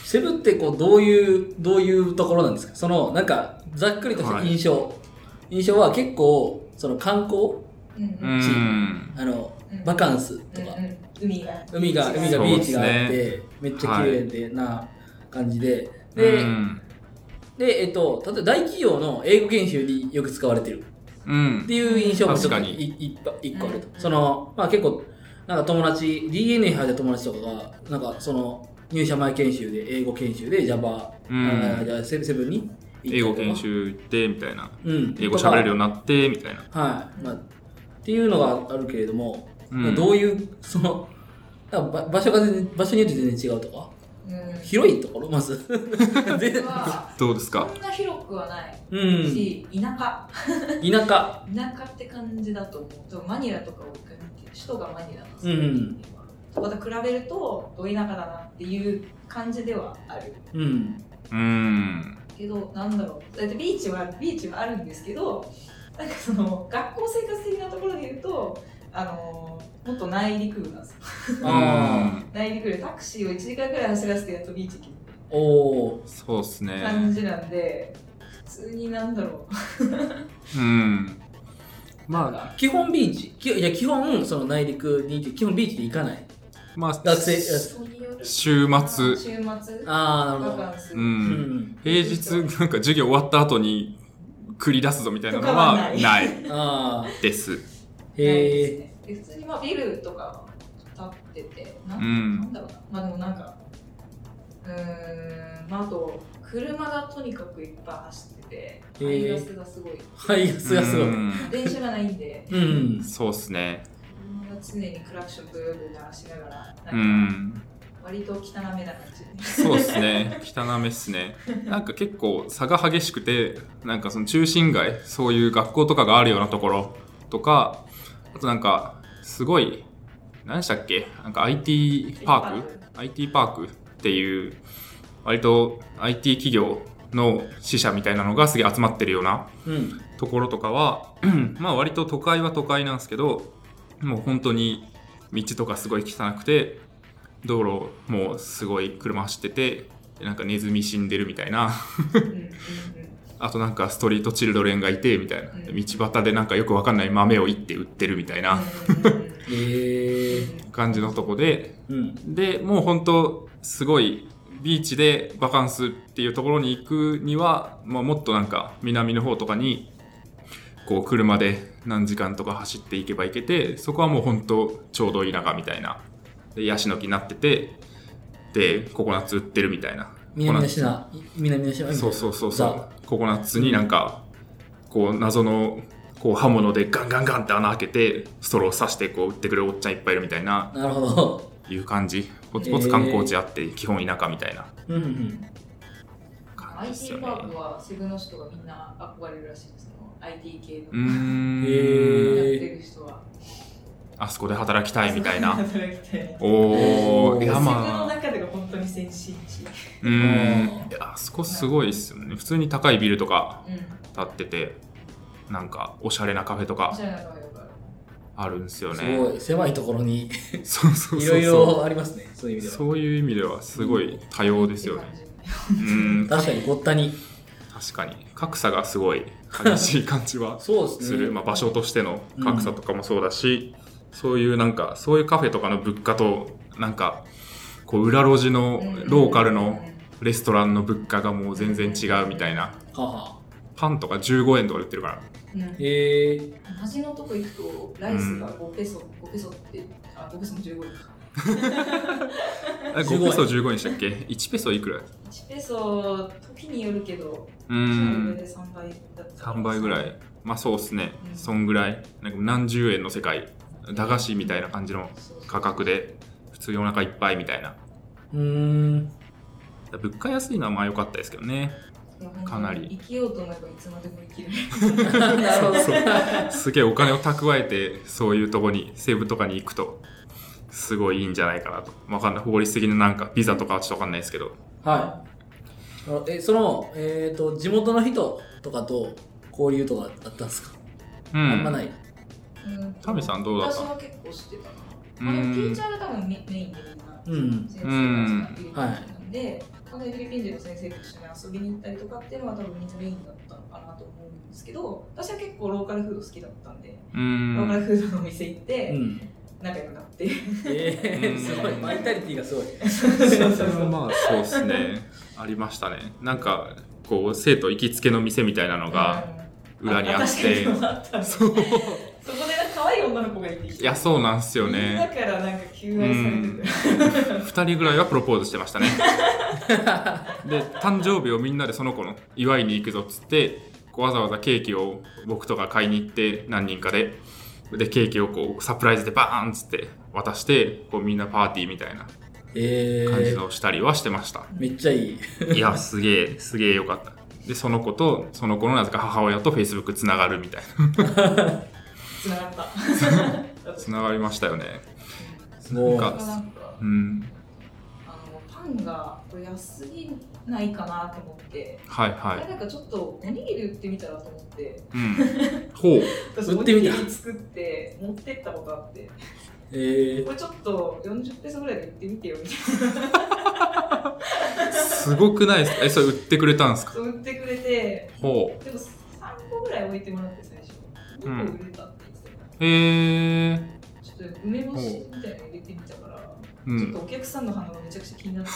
Speaker 2: セブンってこうどういうどういうところなんですかそのなんかざっくりとした印象、印象は結構その観光
Speaker 4: うん
Speaker 3: う
Speaker 4: うん
Speaker 3: ん
Speaker 2: あの
Speaker 4: うん
Speaker 2: バカンスとか、
Speaker 4: うんうん海が。
Speaker 2: 海が海が
Speaker 3: そう
Speaker 2: ビ
Speaker 3: で
Speaker 2: ーチ
Speaker 3: す
Speaker 2: があっ
Speaker 3: ね
Speaker 2: て、めっちゃ綺麗で、な感じでで,、
Speaker 3: うん
Speaker 2: でえっと例えば大企業の英語研修によく使われてる
Speaker 3: うん
Speaker 2: っていう印象もちょっと
Speaker 3: 確か
Speaker 2: い
Speaker 3: に
Speaker 2: いっぱい一個あると、
Speaker 4: うん
Speaker 2: そのまあ結構なんか友達 DNA 入った友達とかがなんかその入社前研修で英語研修で Java、
Speaker 3: うん
Speaker 2: あじゃあセセブンに
Speaker 3: 英
Speaker 2: 行
Speaker 3: 語
Speaker 2: ったりとか
Speaker 3: 研、修行ってみたいな
Speaker 2: うん、
Speaker 3: 英語喋れるよう
Speaker 2: と
Speaker 3: になってみたいな、
Speaker 2: かはい、まあ、っていうのがあるけれども、
Speaker 3: うん、
Speaker 2: どういうそのなんかば場所が全然場所によって全然違うとか
Speaker 4: うん。
Speaker 2: 広いところま ず全然
Speaker 4: は
Speaker 3: どうですか
Speaker 4: そんな広くはない
Speaker 2: うん
Speaker 4: し、田舎。
Speaker 2: 田舎
Speaker 4: 田舎って感じだと思う。とマニラとかを一回見て、首都がマニラなんです
Speaker 2: う
Speaker 4: けど
Speaker 2: ん
Speaker 4: とまた比べると、ど田舎だなっていう感じではある。
Speaker 2: うん
Speaker 3: うん
Speaker 4: けどなんだろうだってビーチはビーチはあるんですけどなんかその学校生活的なところで言うとあのもっと内陸部なんですよ
Speaker 2: あ
Speaker 4: 内陸部でタクシーを1時間くらい走らせてやっとビーチ行
Speaker 2: おお
Speaker 3: うんそうですね
Speaker 4: く感じなんで普通になんだろ
Speaker 3: うん。
Speaker 2: ー
Speaker 3: まあ、
Speaker 2: 基本ビーチきいや基本その内陸に行って基本ビーチで行かない
Speaker 3: まあ、
Speaker 2: 学生
Speaker 4: う人による
Speaker 3: 週末、
Speaker 4: 週末バ
Speaker 2: ああなるほど
Speaker 4: カンス
Speaker 3: う、
Speaker 2: うんん
Speaker 3: 平日、なんか授業終わった後に繰り出すぞみたいなの
Speaker 4: とかは
Speaker 3: は
Speaker 4: ない
Speaker 3: ない
Speaker 2: ああ
Speaker 3: です。
Speaker 4: な
Speaker 2: へ
Speaker 4: いです
Speaker 2: え
Speaker 4: ねで普通にまあビルとか建っててな
Speaker 3: うん
Speaker 4: なん
Speaker 3: ん。
Speaker 4: だろうなまあでもなんかうーんまああと車がとにかくいっぱい走っててて、
Speaker 2: へー
Speaker 4: 排ガスがすごい。
Speaker 2: 排ガスがすごい。うん。
Speaker 3: ん
Speaker 4: 電車がないんで、
Speaker 2: うん。
Speaker 3: そうっすね。
Speaker 4: 車が常にクラクションブーブー鳴らしながら、
Speaker 3: う
Speaker 4: なんか
Speaker 3: ん。
Speaker 4: 割と汚めな感じで。
Speaker 3: そうっすね。汚めっすね。なんか結構差が激しくて、なんかその中心街、そういう学校とかがあるようなところとか、あとなんか、すごい、何でしたっけなんか IT パーク IT パークっていう割と IT 企業の支社みたいなのがすげえ集まってるような
Speaker 2: うん。
Speaker 3: ところとかは まあ割と都会は都会なんですけどもう本当に道とかすごい汚くて道路もすごい車走っててなんかネズミ死んでるみたいな
Speaker 4: うんうんうん
Speaker 3: あとなんかストリートチルドレンがいてみたいな
Speaker 4: うん
Speaker 3: で道端でなんかよくわかんない豆をいって売ってるみたいな
Speaker 4: うんうんうん
Speaker 2: えー。
Speaker 3: 感じのとこで
Speaker 2: うん。
Speaker 3: でもう本当すごいビーチでバカンスっていうところに行くには、まあ、もっとなんか南の方とかにこう車で何時間とか走っていけば行けてそこはもう本当ちょうどいい長みたいなでヤシの木になっててでココナッツ売ってるみたいな
Speaker 2: 南の島。南の島。
Speaker 3: そうそうそうそ
Speaker 2: ザ
Speaker 3: うココナッツになんかこう謎のこう刃物でガンガンガンって穴開けてストロー刺してこう売ってくれるおっちゃんいっぱいいるみたいな
Speaker 2: なるほど。
Speaker 3: いう感じポツポツ観光地あって基本田舎みたいな
Speaker 2: うんうん。
Speaker 3: 感じです
Speaker 4: IT
Speaker 3: よね
Speaker 4: パークはセグの人がみんな憧れるらしいですよ IT 系
Speaker 3: うー
Speaker 4: の
Speaker 3: ん、
Speaker 2: へー
Speaker 4: やってる人は
Speaker 3: あそこで働きたいみた いな
Speaker 4: 働きたい
Speaker 3: お
Speaker 2: お
Speaker 3: お
Speaker 2: ー
Speaker 3: いや
Speaker 4: セグの
Speaker 3: まあ
Speaker 4: 中でが本当に先進地
Speaker 3: うーんいやあそこすごいっすよね普通に高いビルとか
Speaker 4: うん
Speaker 3: 建っててなんかおしゃれなカフェと
Speaker 4: お
Speaker 3: か
Speaker 4: しゃれな顔よくある
Speaker 3: あるんですよ
Speaker 2: す
Speaker 3: ね
Speaker 2: ごい。狭いところに
Speaker 3: そうそうそうそう
Speaker 2: いろいろありますね。そういう意味では。
Speaker 3: そういう意味ではすごい多様ですよね
Speaker 4: って感じ
Speaker 3: うん
Speaker 2: 確かにごったに。
Speaker 3: 確かに格差がすごい激しい感じは
Speaker 2: そうです
Speaker 3: す
Speaker 2: ね。
Speaker 3: る、まあ、場所としての格差とかもそうだし、そういうなんかそういうカフェとかの物価となんかこう裏路地のローカルのレストランの物価がもう全然違うみたいな
Speaker 2: はは。
Speaker 3: パンとか15円とかで売ってるから
Speaker 4: うんうん
Speaker 2: えー。
Speaker 4: 端のとこ行くとライスが5ペソ5ペソってあ5ペソも15円か
Speaker 3: え5ペソ15円でしたっけ1ペソいくら
Speaker 4: 1ペソ時によるけど
Speaker 3: う
Speaker 4: それ
Speaker 3: ん
Speaker 4: で3倍だったから
Speaker 3: 3倍ぐらいまあそうっすね
Speaker 4: うん
Speaker 3: そんぐらいなんか何十円の世界駄菓子みたいな感じの
Speaker 4: そうそう
Speaker 3: 価格で普通にお腹いっぱいみたいな
Speaker 2: うーん。
Speaker 3: 物価安いのはまあ良かったですけどねかなり
Speaker 4: 生きようと思えばいつまでも生きる
Speaker 2: なるほど。
Speaker 3: すげえお金を蓄えてそういうとこに西部とかに行くとすごいいいんじゃないかなとわかんない法律的ななんかビザとかはちょっとわかんないですけど
Speaker 2: はい。あのえ、その、えっ、と、地元の人とかと交流とかあったんですか、
Speaker 3: うん
Speaker 2: あんまない。
Speaker 4: うん
Speaker 3: タミさんどうだった
Speaker 4: 私は結構知ってた
Speaker 3: う
Speaker 4: な。まあ、でもティ
Speaker 3: ん
Speaker 4: ーチャーが多分メメインでみんな。
Speaker 2: うん。
Speaker 4: 先生がフィリピン人なんで、まあフィリピン人の先生と一緒に遊びに行ったりとかっていうのは多分みんなメインだったのかなと思うんですけど、私は結構ローカルフード好きだったんで、
Speaker 3: う
Speaker 4: ローカ
Speaker 3: ん
Speaker 4: ルフードのお店行っ
Speaker 2: う
Speaker 4: て
Speaker 2: ん。
Speaker 4: 仲良くなって、
Speaker 2: えー、
Speaker 3: うん
Speaker 2: すごい。バイタリティがすごい。
Speaker 4: そう
Speaker 3: それはまあそうですねありましたねなんかこう生徒行きつけの店みたいなのが裏にあって
Speaker 4: 確かにあったんだそこ
Speaker 3: そう
Speaker 4: でなんか可愛い女の子がいてきて
Speaker 3: いやそうなんすよ
Speaker 4: みんな
Speaker 3: ね
Speaker 4: からなんか求愛されて
Speaker 3: うん
Speaker 4: て
Speaker 3: 2人ぐらいはプロポーズしてましたねで誕生日をみんなでその子の祝いに行くぞっつってこうわざわざケーキを僕とか買いに行って何人かででケーキをこうサプライズでバーンっつって渡してこうみんなパーティーみたいな
Speaker 2: え
Speaker 3: 感じ
Speaker 2: ー、
Speaker 3: のしたりはしてました、
Speaker 2: めっちゃいい。
Speaker 3: いやすげえすげえよかったでその子とその子のなぜか母親とフェイスブックつながるみたいな
Speaker 4: つながった。
Speaker 3: つながりましたよね
Speaker 2: もう
Speaker 3: な
Speaker 4: なんん
Speaker 3: か
Speaker 4: か
Speaker 3: うん
Speaker 4: あのパンがこれ安すぎないかなと思って、
Speaker 3: はいは
Speaker 4: あれ
Speaker 3: い
Speaker 4: なんかちょっとおにぎり売ってみたらと思 って、
Speaker 3: うんほう
Speaker 4: 私
Speaker 2: 売ってみた
Speaker 4: おにぎり作って持ってったことあって、
Speaker 2: えー
Speaker 4: こ、れちょっと40ペソぐらいで売ってみてよみたい
Speaker 3: すごくないですかえそれ売ってくれたんです
Speaker 4: な
Speaker 3: か
Speaker 4: そう売ってくれて、
Speaker 3: ほう
Speaker 4: でも3個ぐらい置いてもらって最初、
Speaker 3: うん
Speaker 4: 2個売れたって言ってたから、
Speaker 3: へえ。
Speaker 4: ちょっと梅干しみたいなの入れてみたから、
Speaker 3: う
Speaker 4: ちょっ
Speaker 3: ん
Speaker 4: と。お客さんの反応がめちゃくちゃ気になって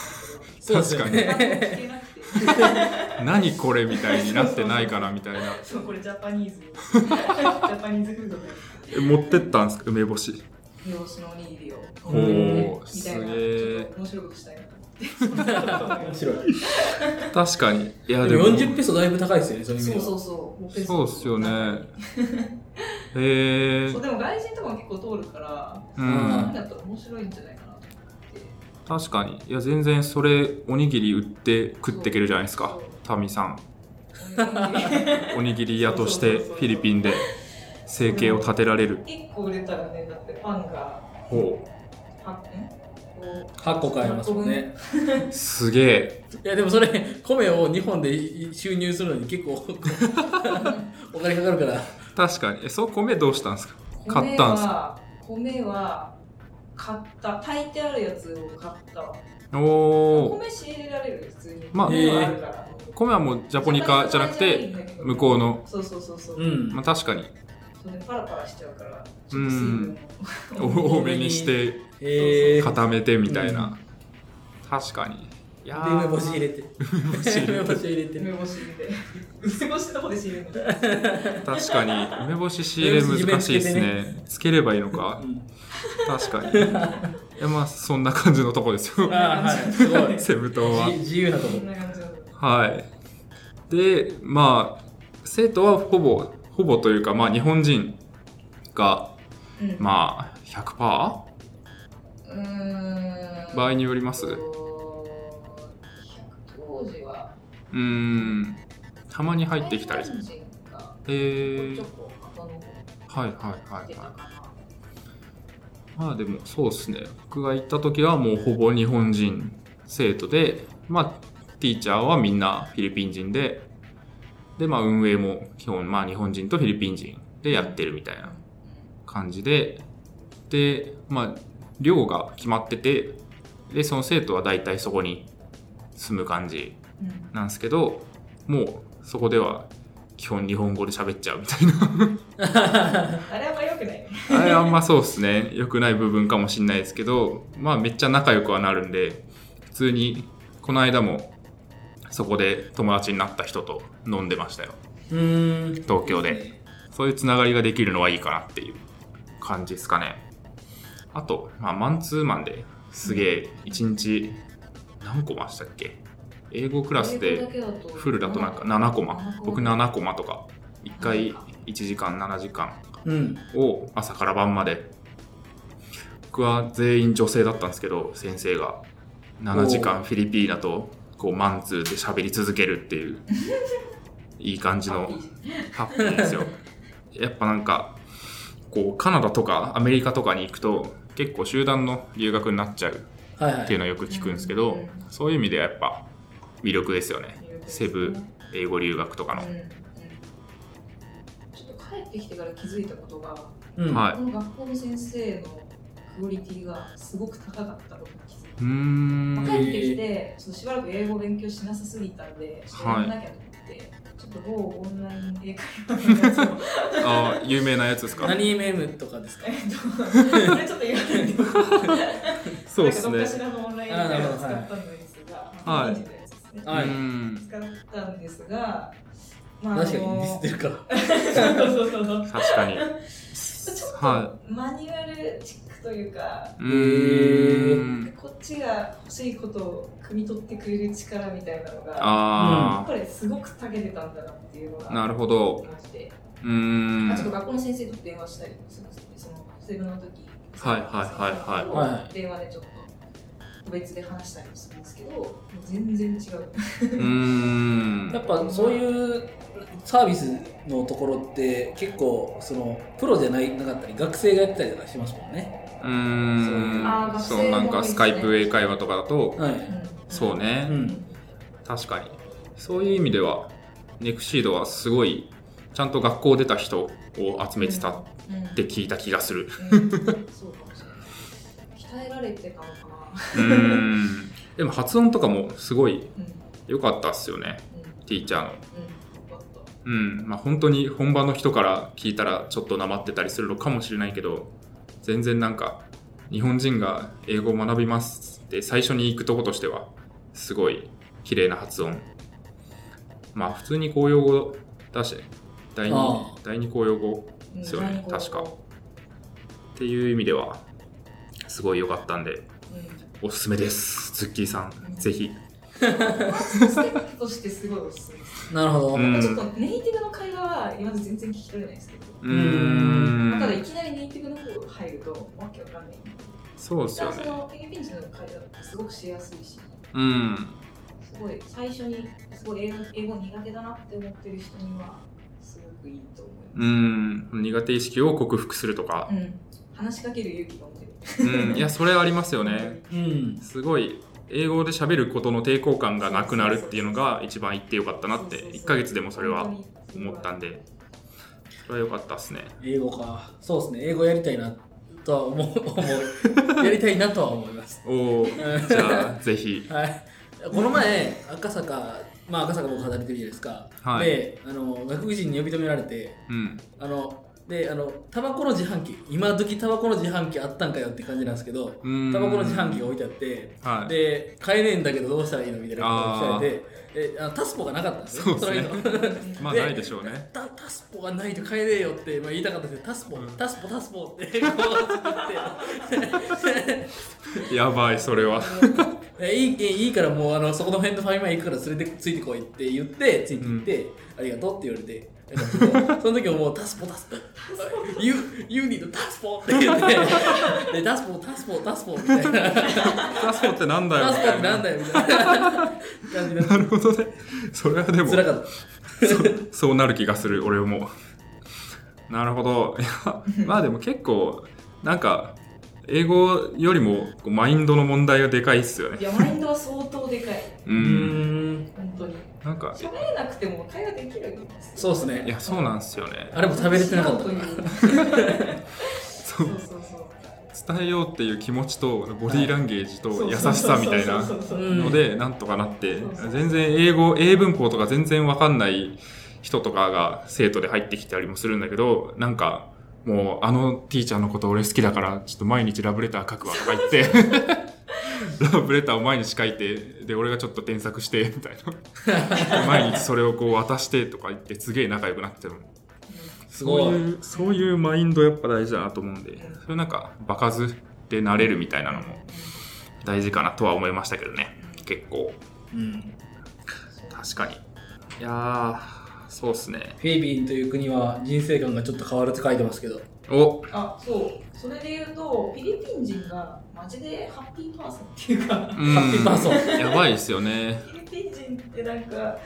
Speaker 2: そうですよ
Speaker 4: たんだけど、
Speaker 2: ね。
Speaker 4: 聞けなくて、
Speaker 3: 何これみたいになってないかなみたいな。
Speaker 4: そうこれジャパニーズ、 ジャパニーズフードだよ。
Speaker 3: え持ってったんですか梅干し。
Speaker 4: 洋紙のおにぎりを
Speaker 3: おー
Speaker 4: みたいな
Speaker 3: す
Speaker 4: ち
Speaker 3: げ
Speaker 4: ょ
Speaker 3: ー
Speaker 4: っと面白いことしたいなと思ってってそんなこと思い ま
Speaker 2: 面
Speaker 4: し
Speaker 2: 白い。
Speaker 3: 確かに。いや、
Speaker 2: で
Speaker 3: で
Speaker 2: も
Speaker 3: も。
Speaker 2: 40ペソだいぶ高いですよね、そう
Speaker 4: た
Speaker 2: いう意味では。
Speaker 4: そうそうそう
Speaker 3: そうっすよね
Speaker 4: なんか。
Speaker 3: へえ
Speaker 4: そうでも外人とかも結構通るから、
Speaker 3: う
Speaker 4: そんなんんだったら面白いんじゃないかなと思って。
Speaker 3: 確かにいや全然それおにぎり売って食っていけるじゃないですかタミさんおにぎり屋としてフィリピンで生計を立てられる
Speaker 4: 1個売れたらね、だってパンが
Speaker 3: ほ
Speaker 4: 8個
Speaker 2: 8個買えますもんね。
Speaker 3: うすげえ
Speaker 2: いや、でもそれ、米を日本で収入するのに結構 お金かかるから。
Speaker 3: 確かにえそう米どうしたんですか買
Speaker 4: 買
Speaker 3: っ
Speaker 4: ったた
Speaker 3: ん
Speaker 4: ん
Speaker 3: す
Speaker 4: す
Speaker 3: か
Speaker 4: か米は買った炊いてあるやつを買ったわ
Speaker 3: おー
Speaker 4: 米仕入れられる普通に
Speaker 3: まあ
Speaker 4: 米はあるから
Speaker 3: 米はもうジャポニカじゃなくて向こうの
Speaker 4: そうそうそうそう、
Speaker 2: うん
Speaker 3: まあ。確かに
Speaker 4: それパラパラしちゃうからちょ
Speaker 3: う
Speaker 4: っと水分
Speaker 3: ん多めにして
Speaker 2: へえー。
Speaker 3: 固めてみたいな確かにいや
Speaker 2: で、梅干し入
Speaker 3: ー
Speaker 2: れて。梅干し入れて。
Speaker 4: 梅干し入れて 梅干しどこで仕入れるの
Speaker 3: 確かに梅 干し仕入れ難しいですねつければいいのか
Speaker 2: うん
Speaker 3: 確かにいやまあそんな感じのとこですよ
Speaker 2: ああ、はい。すごい。
Speaker 3: セブ島は
Speaker 2: じ自由なとこ
Speaker 4: こんな感じなの
Speaker 3: はいでまあ生徒はほぼほぼというかまあ日本人が
Speaker 4: うん
Speaker 3: まあ100%
Speaker 4: うーん
Speaker 3: 場合によります
Speaker 4: えっ
Speaker 3: う
Speaker 4: と当時は
Speaker 3: ーんたまに入ってきたりす
Speaker 4: す
Speaker 3: る
Speaker 4: る人が
Speaker 3: えー
Speaker 4: ちょ、こちょこ後の方
Speaker 3: はいはいは
Speaker 4: に出
Speaker 3: い
Speaker 4: た
Speaker 3: は
Speaker 4: か
Speaker 3: い
Speaker 4: な
Speaker 3: まあでもそうですね僕が行った時はもうほぼ日本人生徒でまあティーチャーはみんなフィリピン人ででまあ運営も基本まあ日本人とフィリピン人でやってるみたいな感じででまあ寮が決まっててでその生徒は大体そこに住む感じ
Speaker 4: うん
Speaker 3: なんですけどもうそこでは基本日本語で喋っちゃうみたいな
Speaker 4: あれはあんま良くないね。
Speaker 3: あれあんまそうですね良くない部分かもしんないですけどまあめっちゃ仲良くはなるんで普通にこの間もそこで友達になった人と飲んでましたよ
Speaker 2: うーん。
Speaker 3: 東京でそういうつながりができるのはいいかなっていう感じですかねあと、まあ、マンツーマンですげえ1日何コマしたっけ英語ク
Speaker 4: ク
Speaker 3: ラスでフルだとなんか7コマ僕7コマとか1回1時間7時間
Speaker 2: うん。
Speaker 3: を朝から晩まで僕は全員女性だったんですけど先生が7時間フィリピーナとこうマンツーで喋り続けるって いういい感じのハッピー ですよやっぱなんかこうカナダとかアメリカとかに行くと結構集団の留学になっちゃう
Speaker 2: はいは
Speaker 3: っていう
Speaker 2: い。
Speaker 3: のはよく聞くんですけど、
Speaker 4: うん
Speaker 3: そういう意味ではやっぱ魅力ですよねセブ英語留学とか
Speaker 4: うん
Speaker 3: の、
Speaker 4: うんちょっと帰ってきてから気づいたことが、
Speaker 2: うん。
Speaker 3: はい
Speaker 4: この学校の先生のクオリティがすごく高かったことに気づいた
Speaker 3: うー
Speaker 4: まあ
Speaker 3: ん
Speaker 4: 帰ってきて、ちょっとしばらく英語を勉強しなさすぎたんで、ちょっとやらなきゃと思って、ちょっと某オンライン英会話のやつを、
Speaker 3: あ有名なやつですか
Speaker 2: 何 MM とかですか
Speaker 4: えっと、これちょっと言わないでください
Speaker 3: そうです
Speaker 4: なんかどっ
Speaker 3: ね
Speaker 4: かしらのオンライン英会話を使ったんですが、
Speaker 3: はい
Speaker 4: まあですね
Speaker 2: はい
Speaker 3: うん
Speaker 4: 使ったんですが、まあ、あ
Speaker 2: 確かにディスっ
Speaker 4: の
Speaker 2: てるか。
Speaker 4: そうそうそうそう
Speaker 3: 確かに。
Speaker 4: ちょっ
Speaker 3: は
Speaker 4: とマニュアルチックというか、
Speaker 3: い。うーん。
Speaker 4: こっちが欲しいことを汲み取ってくれる力みたいなのが、やっ
Speaker 3: あ
Speaker 4: ぱりすごく長けてたんだなっていうの
Speaker 3: あ、
Speaker 4: が
Speaker 3: なるほど。
Speaker 4: まして、
Speaker 3: うーん
Speaker 4: まあ、ちょっ。と学校の先生と電話したりもするんですけど、そのセブの時
Speaker 3: はいはいはい
Speaker 2: はいはい
Speaker 4: 電話でちょっと個別で話したりもするんですけど、もう全然違う。
Speaker 3: うーん
Speaker 2: や。っぱそういうサービスのところって結構そのプロじゃないなかったり学生がやってたりとかしますもんね。
Speaker 3: うー
Speaker 4: あ
Speaker 3: ん。
Speaker 4: ー
Speaker 3: そう、な
Speaker 4: 学
Speaker 3: んか
Speaker 4: 生も多いですね
Speaker 3: スカイプ英会話とかだと、
Speaker 2: はい。
Speaker 3: そう
Speaker 2: う
Speaker 3: ね。
Speaker 2: ん。
Speaker 3: 確かに。そういう意味では、ネクシードはすごい、ちゃんと学校出た人を集めてたっ
Speaker 4: うん、うん
Speaker 3: て聞いた気がす る。
Speaker 4: うんそうかもしれない。鍛えられてたのかな。
Speaker 3: うーん。でも発音とかもすごい
Speaker 4: うんうん
Speaker 3: 良かったっすよね。ティーチャーの。
Speaker 4: うん。よかった。
Speaker 3: うん、まあ本当に本場の人から聞いたらちょっとなまってたりするのかもしれないけど全然なんか日本人が英語を学びますって最初に行くとことしてはすごい綺麗な発音まあ普通に公用語だし第
Speaker 2: あ
Speaker 3: 二第二公用語
Speaker 4: うん
Speaker 3: そうね
Speaker 4: 何こう
Speaker 3: 確かっていう意味ではすごい良かったんで
Speaker 4: うん
Speaker 3: おすすめですズッキーさんぜひ
Speaker 4: ステップとしてすごいおすすめです。
Speaker 2: なるほど、
Speaker 3: うん
Speaker 4: ちょっとネイティブの会話は今まで全然聞き取れないですけど、
Speaker 3: うーん
Speaker 4: ただいきなりネイティブの方が入るとわけわかんない。
Speaker 3: そうです
Speaker 4: だ
Speaker 3: よ
Speaker 4: からそ
Speaker 3: ね
Speaker 4: のフィリピン人の会話ってすごくしやすいし、
Speaker 3: うん
Speaker 4: すごい最初にすごい英語英語苦手だなって思ってる人にはすごくいいと思います。
Speaker 3: うん苦手意識を克服するとか
Speaker 4: う、ん、話しかける勇気が持てる。
Speaker 3: うん、いやそれありますよね
Speaker 2: うん、
Speaker 3: すごい英語で喋ることの抵抗感がなくなるっていうのが一番言ってよかったなって1ヶ月でもそれは思ったんでそれは良かったですね
Speaker 2: 英語かそうですね英語やりたいなとは思う思うやりたいなとは思います
Speaker 3: おおじゃあぜひ
Speaker 2: はい、この前赤坂まあ赤坂僕働いてるじゃないですか、
Speaker 3: はい
Speaker 2: であの外国人に呼び止められて
Speaker 3: うん
Speaker 2: あのであのタバコの自販機今時タバコの自販機あったんかよって感じなんですけど
Speaker 3: うーん
Speaker 2: タバコの自販機が置いてあって
Speaker 3: はい
Speaker 2: で買えねえんだけどどうしたらいいのみたいなことを聞かれてえあのタスポがなかったんですね
Speaker 3: そうですね
Speaker 2: そ の日の
Speaker 3: まあないでしょうね
Speaker 2: タタスポがないと帰れよって、まあ、言いたかったですけどタスポ、
Speaker 3: うん
Speaker 2: タスポタスポってこう言って
Speaker 3: やばいそ れは
Speaker 2: えいいえいいからもうあのそこの辺のファミマ行くから連れてついてこいって言ってついて行って、ありがとうって言われてなんかもうその時はもうタスポタスポ You, you need タスポって言ってでタスポタスポタスポみたいな
Speaker 3: タスポってなんだよ
Speaker 2: タスポってなんだよみたいな感じで
Speaker 3: なるほどねそれはでも
Speaker 2: 辛かった
Speaker 3: そう なる気がする俺もなるほどいや まあでも結構なんか英語よりもこうマインドの問題がでかいっすよね
Speaker 4: いや、マインドは相当でかい。
Speaker 3: う
Speaker 2: うんーん
Speaker 4: 本当に。
Speaker 3: なんか
Speaker 4: 喋れなくても会話できるんです
Speaker 2: そうです
Speaker 3: い
Speaker 2: ね
Speaker 3: やそうなんですよね
Speaker 2: あれも食べれてなかった
Speaker 4: そう
Speaker 2: な
Speaker 4: そうそう
Speaker 3: 伝えようっていう気持ちとボディーランゲージと優しさみたいな
Speaker 4: そうそうそうそう
Speaker 2: う
Speaker 3: のでなんとかなって
Speaker 4: そうそう
Speaker 3: 全然英語英文法とか全然わかんない人とかが生徒で入ってきたりもするんだけどなんかもうあのティーチャーのこと俺好きだからちょっと毎日ラブレター書くわとか 言ってラブレターを毎日書いてで俺がちょっと添削してみたいな毎日それをこう渡してとか言ってすげえ仲良くなっても
Speaker 2: すごい
Speaker 3: そういうそういうマインドやっぱ大事だなと思うんでそれなんか場数で慣れるみたいなのも大事かなとは思いましたけどね結構
Speaker 2: うん
Speaker 3: 確かにいやーそうっすね
Speaker 2: フィリピンという国は人生観がちょっと変わるって書いてますけど
Speaker 3: お
Speaker 4: あそうそれで言うとフィリピン人がマジでハッピーパーソンっていうか
Speaker 3: うん
Speaker 2: ハッピーパーソン
Speaker 3: やばいっすよね
Speaker 4: フィリピン人ってなんか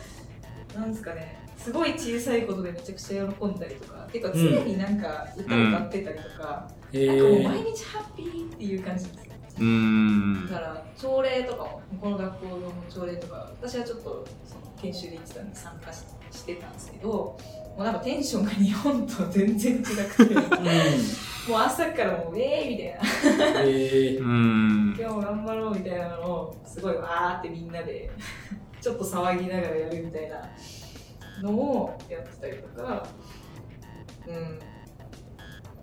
Speaker 4: なんですかねすごい小さいことでめちゃくちゃ喜んだりとかていうか常になんか歌歌ってたりとか、
Speaker 2: え
Speaker 4: なんかもう
Speaker 2: ー、
Speaker 4: 毎日ハッピーっていう感じです
Speaker 3: うーん
Speaker 4: だから朝礼とかもこの学校の朝礼とか私はちょっとその研修で行ってたんで参加ししてたんですけどもうなんかテンションが日本と全然違くても
Speaker 2: うんえ
Speaker 4: う朝からもうウェーイみたいな
Speaker 2: ー
Speaker 3: うーん
Speaker 4: 今日も頑張ろうみたいなのをすごいわーってみんなで ちょっと騒ぎながらやるみたいなのをやってたりとかうん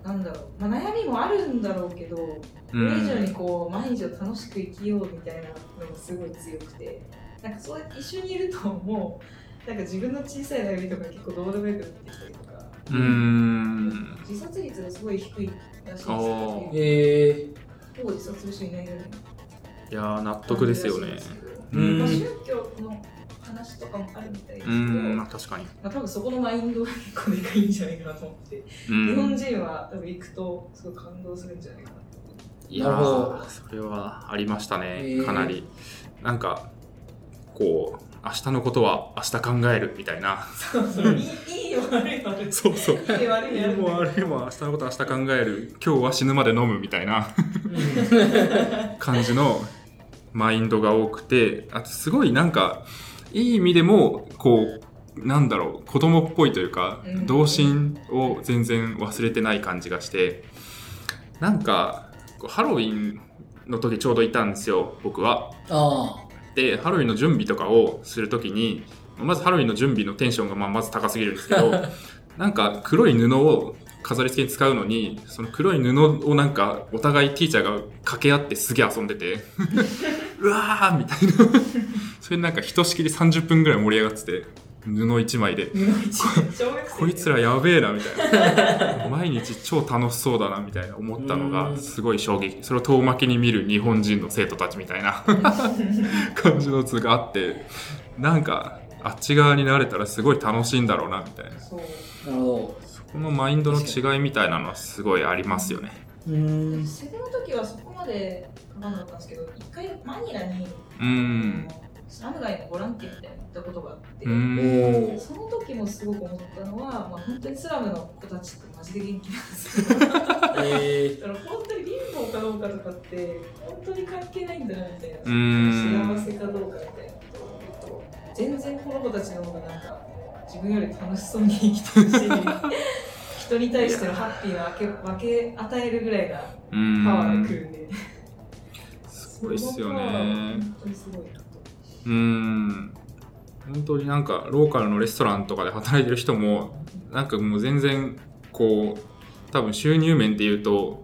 Speaker 4: なんだろう、まあ、悩みもあるんだろうけど
Speaker 3: う
Speaker 4: これ以上
Speaker 3: ん
Speaker 4: にこう毎日を楽しく生きようみたいなのがすごい強くてなんかそうやって一緒にいるともうなんか自分の小さい悩みとか結構どうでもよくなってきたりとか
Speaker 3: うーん
Speaker 4: 自殺率がすごい低いらしいんですよ
Speaker 3: あー
Speaker 4: フィリ
Speaker 2: えー
Speaker 4: ピンほぼ自殺する人いないぐらい
Speaker 3: いやー納得ですよねう
Speaker 2: うん
Speaker 4: まあ、
Speaker 3: ん
Speaker 4: 宗教の話とかもあるみたいですけ
Speaker 3: う
Speaker 4: ど、
Speaker 3: んま
Speaker 4: ま
Speaker 3: あ確かに
Speaker 4: あ、多分そこのマインドが結構でかいんじゃないかなと思って、
Speaker 3: う
Speaker 4: 日本
Speaker 3: ん
Speaker 4: 人は多分行くとすごい感動するんじゃないかなと思って
Speaker 3: いや
Speaker 2: なるほど
Speaker 3: ーそれはありました
Speaker 2: え
Speaker 3: ね
Speaker 2: ー
Speaker 3: かなりなんかこう明日のことは明日考えるみたいな
Speaker 4: そうそういいいいよ悪いよ悪いよ
Speaker 3: そうそう
Speaker 4: いいよ悪いよ
Speaker 3: でもあれも明日のこと明日考える今日は死ぬまで飲むみたいな感じのマインドが多くてあとすごいなんかいい意味でもこうなんだろう子供っぽいというか、
Speaker 4: うん
Speaker 3: 童心を全然忘れてない感じがしてなんかこうハロウィンの時ちょうどいたんですよ僕は。
Speaker 2: あ
Speaker 3: でハロウィンの準備とかをする時にまずハロウィンの準備のテンションがまあまず高すぎるんですけどなんか黒い布を飾り付けに使うのにその黒い布をなんかお互いティーチャーが掛け合ってすげえ遊んでてうわーみたいなそれでなんかひとしきり30分ぐらい盛り上がってて布一枚で
Speaker 4: 布一枚小学生
Speaker 3: こいつらやべえなみたいな毎日超楽しそうだなみたいな思ったの
Speaker 2: うん
Speaker 3: がすごい衝撃それを遠巻きに見る日本人の生徒たちみたい な感じの図があってなんかあっち側になれたらすごい楽しいんだろうなみたいな
Speaker 4: そう
Speaker 2: なるほ
Speaker 3: そこのマインドの違いみたいなのはすごいありますよね
Speaker 2: どうーん
Speaker 4: 世代の時はそこまで書かなかったんですけど一回マニラに、
Speaker 3: うん
Speaker 4: スラム街のボランティアみたいなの行ったことがあって、
Speaker 3: うん
Speaker 2: おー
Speaker 4: その時もすごく思ったのは、まあ、本当にスラムの子たちってマジで元気なんですよだ
Speaker 2: え
Speaker 4: から本当に貧乏かどうかとかって本当に関係ないんだなみたいな、
Speaker 3: うん
Speaker 4: 幸せかどうかみたいなことを思うと全然この子たちの方がなんか自分より楽しそうに生きてるし人に対してのハッピーを分け分け与えるぐらいがパ
Speaker 3: う
Speaker 4: ワーが
Speaker 3: ん
Speaker 4: 来るんで、
Speaker 3: すごいっすよ
Speaker 4: そのパワーは
Speaker 3: ね
Speaker 4: 本当にすごいなと
Speaker 3: うーん本当になんかローカルのレストランとかで働いてる人もなんかもう全然こう多分収入面で言うと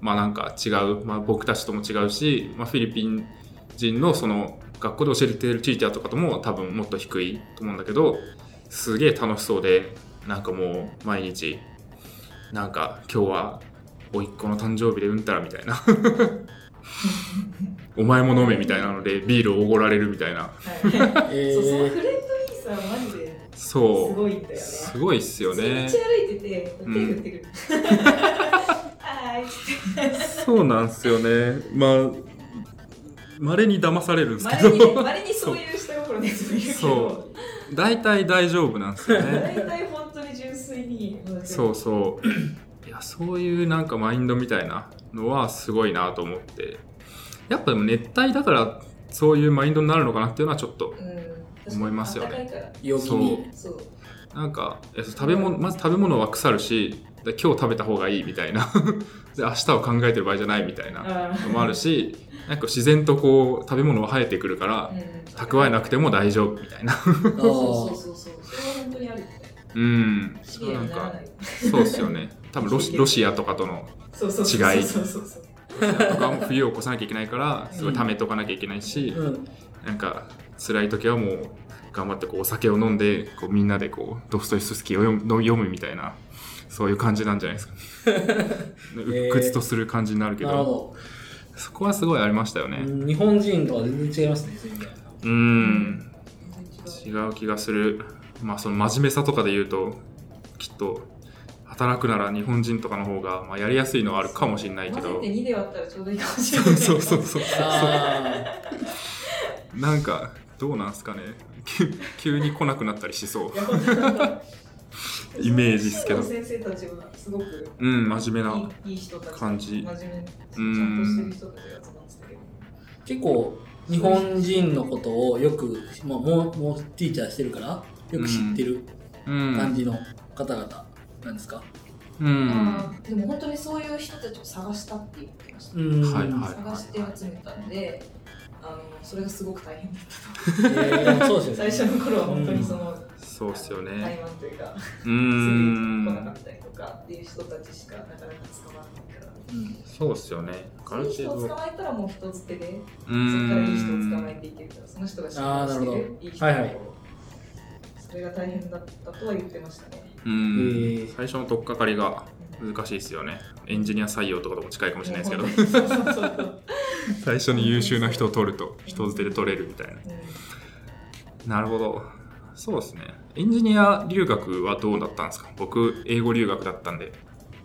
Speaker 3: まあなんか違う、まあ、僕たちとも違うし、まあ、フィリピン人のその学校で教えてるティーチャーとかとも多分もっと低いと思うんだけどすげえ楽しそうでなんかもう毎日なんか今日は甥っ子の誕生日でうんたらみたいなお前も飲めみたいなのでビールをおごられるみたいな
Speaker 4: はい
Speaker 2: ー、え
Speaker 4: そうその
Speaker 2: ー
Speaker 4: フレンドリーさはマジです
Speaker 3: そう
Speaker 4: ごいんだよね。
Speaker 3: すごいっすよ
Speaker 4: 普。
Speaker 3: ね
Speaker 4: 通に道歩いてて手振ってくる。 はーいっつって
Speaker 3: そうなんすよね。まあ、稀に騙されるんですけ
Speaker 4: 稀にね
Speaker 3: ど、
Speaker 4: 稀にそういう下心のやつもいるけ
Speaker 3: そ
Speaker 4: ど、
Speaker 3: う、 大体大丈夫なんですよね。
Speaker 4: 大体本当に純粋に。
Speaker 3: そううそう。いや、そういうなんかマインドみたいなのはすごいなと思って。やっぱでも熱帯だから、そういうマインドになるのかなっていうのはちょっと、
Speaker 4: ん。
Speaker 3: 思いますよね
Speaker 4: 暖かいから
Speaker 2: 陽気に
Speaker 4: そう。
Speaker 3: なんか、いや食べ物、まず食べ物は腐るし、で今日食べた方がいいみたいな。 で、明日を考えてる場合じゃないみたいな。
Speaker 4: あ
Speaker 3: のもあるしなんか自然とこう食べ物は生えてくるから
Speaker 4: ーうん
Speaker 3: 蓄えなくても大丈夫みたいな
Speaker 2: あ
Speaker 4: そうそ
Speaker 2: ー
Speaker 4: うそうそう。それは本当にあるみたいな。
Speaker 3: うん
Speaker 4: シビア
Speaker 3: な
Speaker 4: に
Speaker 3: ん
Speaker 4: なら
Speaker 3: か
Speaker 4: ない。
Speaker 3: そうっすよね多分ロシロシアとかとの
Speaker 4: そうそうそう。
Speaker 3: 違い
Speaker 4: そうそうそう。
Speaker 3: ロシアとかも冬を越さなきゃいけないからすごい貯めとかなきゃいけないし
Speaker 2: うん
Speaker 3: なんか辛い時はもう頑張ってこうお酒を飲んでこうみんなでこうドストエフスキーを読む読むみたいなそういう感じなんじゃないですか鬱屈とする感じになるけど,、
Speaker 2: なるほ
Speaker 3: そこはすごいありましたよ
Speaker 2: ど、
Speaker 3: ね
Speaker 2: うん日本人とは全然違いますねそういう意味では
Speaker 3: うん
Speaker 4: 全然違う
Speaker 3: 違う気がするまあその真面目さとかで言うときっと働くなら日本人とかの方が、まあ、やりやすいのはあるかもしれないけど
Speaker 4: 混ぜて2で割ったらちょうどいいかもしれな
Speaker 3: そう
Speaker 4: い。
Speaker 3: そうそうそう
Speaker 2: あ
Speaker 3: なんかどうなんすかね急急に来なくなったりしそうイメージっすけど
Speaker 4: 先生たちはすごく
Speaker 3: うん真面目ない
Speaker 4: いいい人たち
Speaker 3: 感
Speaker 4: 真
Speaker 3: じ
Speaker 4: 面目にちゃ
Speaker 3: う
Speaker 4: ん
Speaker 3: ん
Speaker 4: としてる人たちが集まってたけど
Speaker 2: ー結構日本人のことをよく、まあ、もうもうティーチャーしてるからよく知ってる
Speaker 3: う
Speaker 2: 感
Speaker 3: ん、
Speaker 2: じの方々なんですか、
Speaker 3: うん、
Speaker 4: でも本当にそういう人たちを探したって言ってました、
Speaker 2: うん
Speaker 3: はいはい
Speaker 4: 探して集めたんであのそれがすごく大変だっ
Speaker 2: えーそうで
Speaker 4: た
Speaker 2: すよ
Speaker 4: 最
Speaker 2: ね
Speaker 4: 初の頃は本当にその、
Speaker 3: そうっすよ
Speaker 4: 台
Speaker 3: ね
Speaker 4: 湾というか
Speaker 3: う
Speaker 4: すぐ来なんかったりとかっていう人たちしかなかなか捕まらないから
Speaker 2: うん
Speaker 3: そうっすよねあ
Speaker 4: い
Speaker 3: る
Speaker 4: い人を
Speaker 3: 程
Speaker 4: 捕
Speaker 3: 度
Speaker 4: まえたらもう人づけで
Speaker 3: う
Speaker 4: そこからいい人を捕まえ
Speaker 3: ん
Speaker 4: ていけるからその人が信
Speaker 2: あーな
Speaker 4: 用
Speaker 2: る
Speaker 4: し
Speaker 2: ほ
Speaker 4: て
Speaker 2: ど
Speaker 4: るいい人を、
Speaker 2: はいはい
Speaker 4: それが大変だったとは言ってましたね
Speaker 3: うん
Speaker 2: えー
Speaker 3: 最初の取っかかりが難しいっすよねエンジニア採用とかとも近いかもしれないですけど
Speaker 4: すけど。そうそうそう
Speaker 3: 最初に優秀な人を取ると人づてで取れるみたいななるほどそうですねエンジニア留学はどうだったんですか僕英語留学だったんで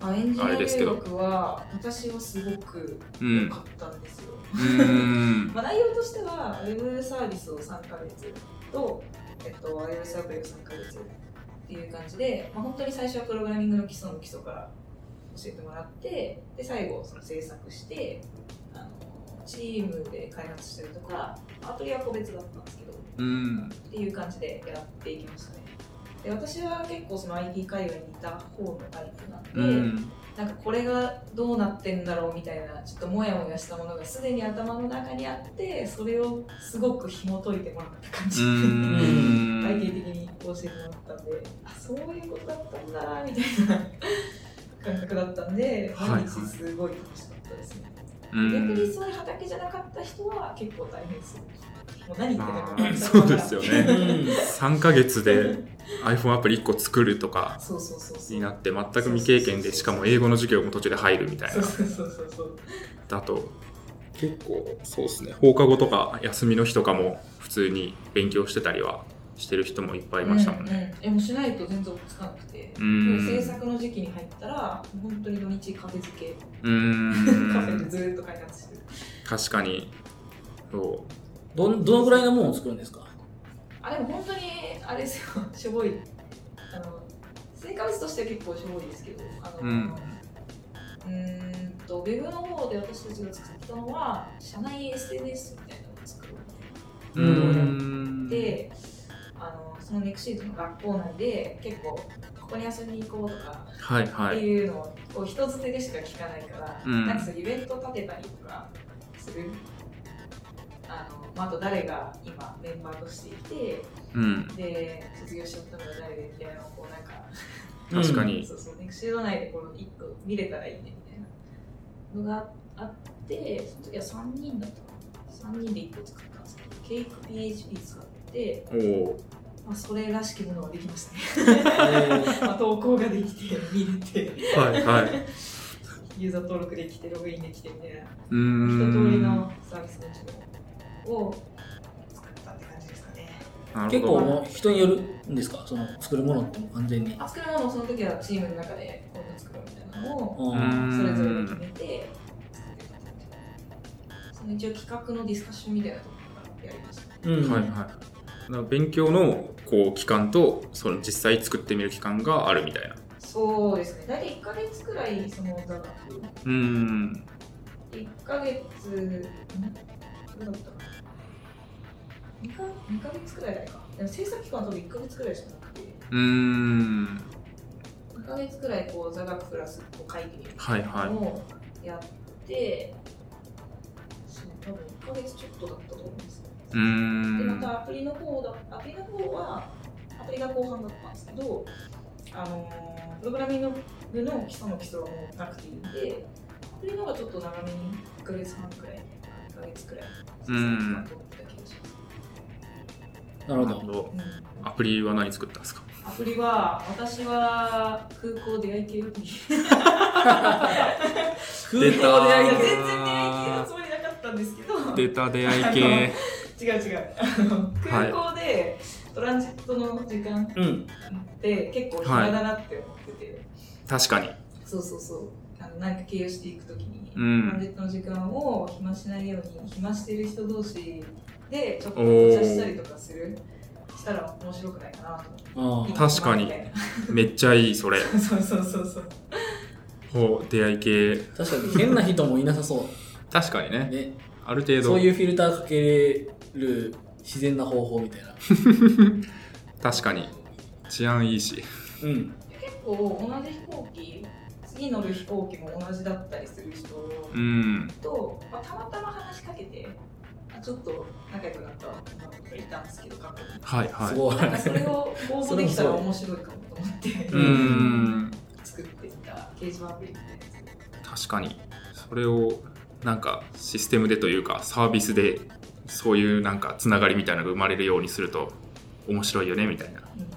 Speaker 4: うんあエンジニ
Speaker 3: あれ
Speaker 4: ア
Speaker 3: ですけ
Speaker 4: 留
Speaker 3: ど
Speaker 4: 学は私はすごく
Speaker 3: うん
Speaker 4: 良かったんですよ。
Speaker 3: うーん
Speaker 4: まあ、内容としては、ウェブサービスを3ヶ月と、えっと、iOS アプリを3ヶ月っていう感じで、まあ、本当に最初はプログラミングの基礎の基礎から教えてもらって、で最後、その制作してあの、チームで開発したりとか、アプリは個別だったんですけど、
Speaker 3: うん
Speaker 4: っていう感じでやっていきましたね。で私は結構その IT 界隈にいた方のタイプなんで、
Speaker 3: うん
Speaker 4: なんかこれがどうなってんだろうみたいなちょっとモヤモヤしたものがすでに頭の中にあってそれをすごく紐解いてもらった感
Speaker 3: う
Speaker 4: じ、
Speaker 3: ー
Speaker 4: 体系
Speaker 3: ん
Speaker 4: 的に教えてもらったんであそういうことだったんだみたいな感覚だったんで
Speaker 3: はいはい
Speaker 4: 毎日すごい楽しかったですね、
Speaker 3: うん
Speaker 4: 逆にそういう畑じゃなかった人は結構大変そう。もう何言ってたか
Speaker 3: あ
Speaker 4: 全
Speaker 3: ー
Speaker 4: く
Speaker 3: そう
Speaker 4: わからん
Speaker 3: ですよね3ヶ月で iPhone アプリ1個作るとか
Speaker 4: そうそうそうそう。
Speaker 3: になって全く未経験でしかも英語の授業も途中で入るみたい
Speaker 4: そう
Speaker 3: な
Speaker 4: そうそうそうそう。
Speaker 3: だと結構そうですね放課後とか休みの日とかも普通に勉強してたりはしてる人もいっぱいいましたもんね、
Speaker 4: うんうんえもうしないと全然追いつかなくて。
Speaker 3: うん
Speaker 4: もう制作の時期に入ったら本当に土日カフェ漬け、
Speaker 3: うー
Speaker 4: カフェで
Speaker 3: ん
Speaker 4: ずーっと開発してる。
Speaker 3: 確かにそ
Speaker 2: どんどのぐらいのものを作るんですか
Speaker 4: あでも本当にあれですよ しょぼいあの生活としては結構しょぼいですけどあの、
Speaker 3: う
Speaker 4: うんーんとウェブの方で私たちが作ったのは社内 SNS みたいなのを作ろう
Speaker 3: う
Speaker 2: うん
Speaker 3: ん
Speaker 4: で、あのそのネクシートの学校内で結構ここに遊びに行こうとか
Speaker 3: はいは
Speaker 4: って
Speaker 3: い
Speaker 4: いうのを人づてでしか聞かないから、
Speaker 3: うん
Speaker 4: なんかそういうイベント立てたりとかするあの、まあ、あと誰が今メンバーとしていて
Speaker 3: うん
Speaker 4: で卒業しちゃったのが誰でみたいなのをこうなんか
Speaker 3: 確かに
Speaker 4: そうそうネクシード内でこの一個見れたらいいねみたいなのがあってその時は3人だったかな3人で1個作ったんですけどケイク PHP 使って、
Speaker 3: おお
Speaker 4: まあ、それらしきものができましたね
Speaker 2: え
Speaker 4: まあ投稿ができて見れて
Speaker 3: ーはいはい
Speaker 4: ユーザー登録できてログインできてみたいな
Speaker 3: うー
Speaker 4: 一通り
Speaker 3: ん
Speaker 4: のサービスの一部を作ったって感じですかね
Speaker 3: な
Speaker 2: ー
Speaker 3: る
Speaker 2: 結
Speaker 3: ほ
Speaker 2: 構
Speaker 3: ど
Speaker 2: もう人によるんですかその作るものってもう完全に。
Speaker 4: あ作るのもその時はチームの中でこんな作ろうみたいなのを
Speaker 2: う
Speaker 3: うん
Speaker 4: それぞれで
Speaker 3: ん
Speaker 4: 決めて作ってたって感じその一応企画のディスカッションみたいなところからやりました
Speaker 2: うん
Speaker 3: はいはいな勉強のこう期間とその実際作ってみる期間があるみたいな
Speaker 4: そうですね大体1ヶ月くらいその座学
Speaker 3: うーん
Speaker 4: 1ヶ月んどうだったかな 2, か2ヶ月くらいだかでも制作期間は多分1ヶ月くらいしかなくて
Speaker 3: うーん
Speaker 4: 1ヶ月くらいこう座学プラスこう書いてみる
Speaker 3: はいは
Speaker 4: をやって、そう多分1ヶ月ちょっとだったと思うんですよ
Speaker 3: いうー
Speaker 4: でま
Speaker 3: ん
Speaker 4: たアプリの方だアプリの方はアプリが後半だったんですけど、あのープログラミングの基礎の基礎はもうなくていいんでアプリの方がちょっと長めに1ヶ月半くらい1ヶ月くらい
Speaker 3: うん
Speaker 4: と思った気がします、
Speaker 2: なるほど。
Speaker 4: うん
Speaker 3: アプリは何作ったんですか
Speaker 4: アプリは私は空港出会い系アプリ
Speaker 2: 空港でやりたい
Speaker 4: いや全然出会い系のつもりなかったんですけど
Speaker 3: 出た出会い系
Speaker 4: 違う違うあの空港でトランジットの時間
Speaker 2: うん。
Speaker 4: って結構暇だなって思ってて、
Speaker 3: 確かに
Speaker 4: そうそうそうあのなんか経由していくときに、
Speaker 3: うん
Speaker 4: トランジットの時間を暇しないように暇してる人同士でちょっと
Speaker 3: お
Speaker 4: お
Speaker 3: ー
Speaker 4: 茶したりとかするしたら面白くないかなと思っ
Speaker 2: あ
Speaker 4: ていい
Speaker 2: ー
Speaker 4: な
Speaker 3: 確かに
Speaker 4: みたいな
Speaker 3: めっちゃいいそ れ
Speaker 4: そうそうそうそう
Speaker 3: ほう出会い系
Speaker 2: 確かに変な人もいなさそ
Speaker 3: 確かに
Speaker 2: う。
Speaker 3: ね
Speaker 2: ね。
Speaker 3: ある程度
Speaker 2: そういうフィルターかける自然な方法みたいな。
Speaker 3: 確かに治安いいし
Speaker 2: うん。
Speaker 4: 結構同じ飛行機次乗る飛行機も同じだったりする人
Speaker 3: うん
Speaker 4: と、まあ、たまたま話しかけて、あちょっと仲良くなった女の子がいたんですけど、過去に。
Speaker 3: はいは
Speaker 2: す
Speaker 3: い
Speaker 2: ごい。
Speaker 4: なんかそれを応募できたら面白いかもと思って
Speaker 3: うーん
Speaker 4: 作ってみた掲示板アプリみたいなや
Speaker 3: 確かにそれをなんかシステムでというかサービスでそういうなんかつながりみたいなのが生まれるようにすると面白いよねみたいな
Speaker 4: つ。うん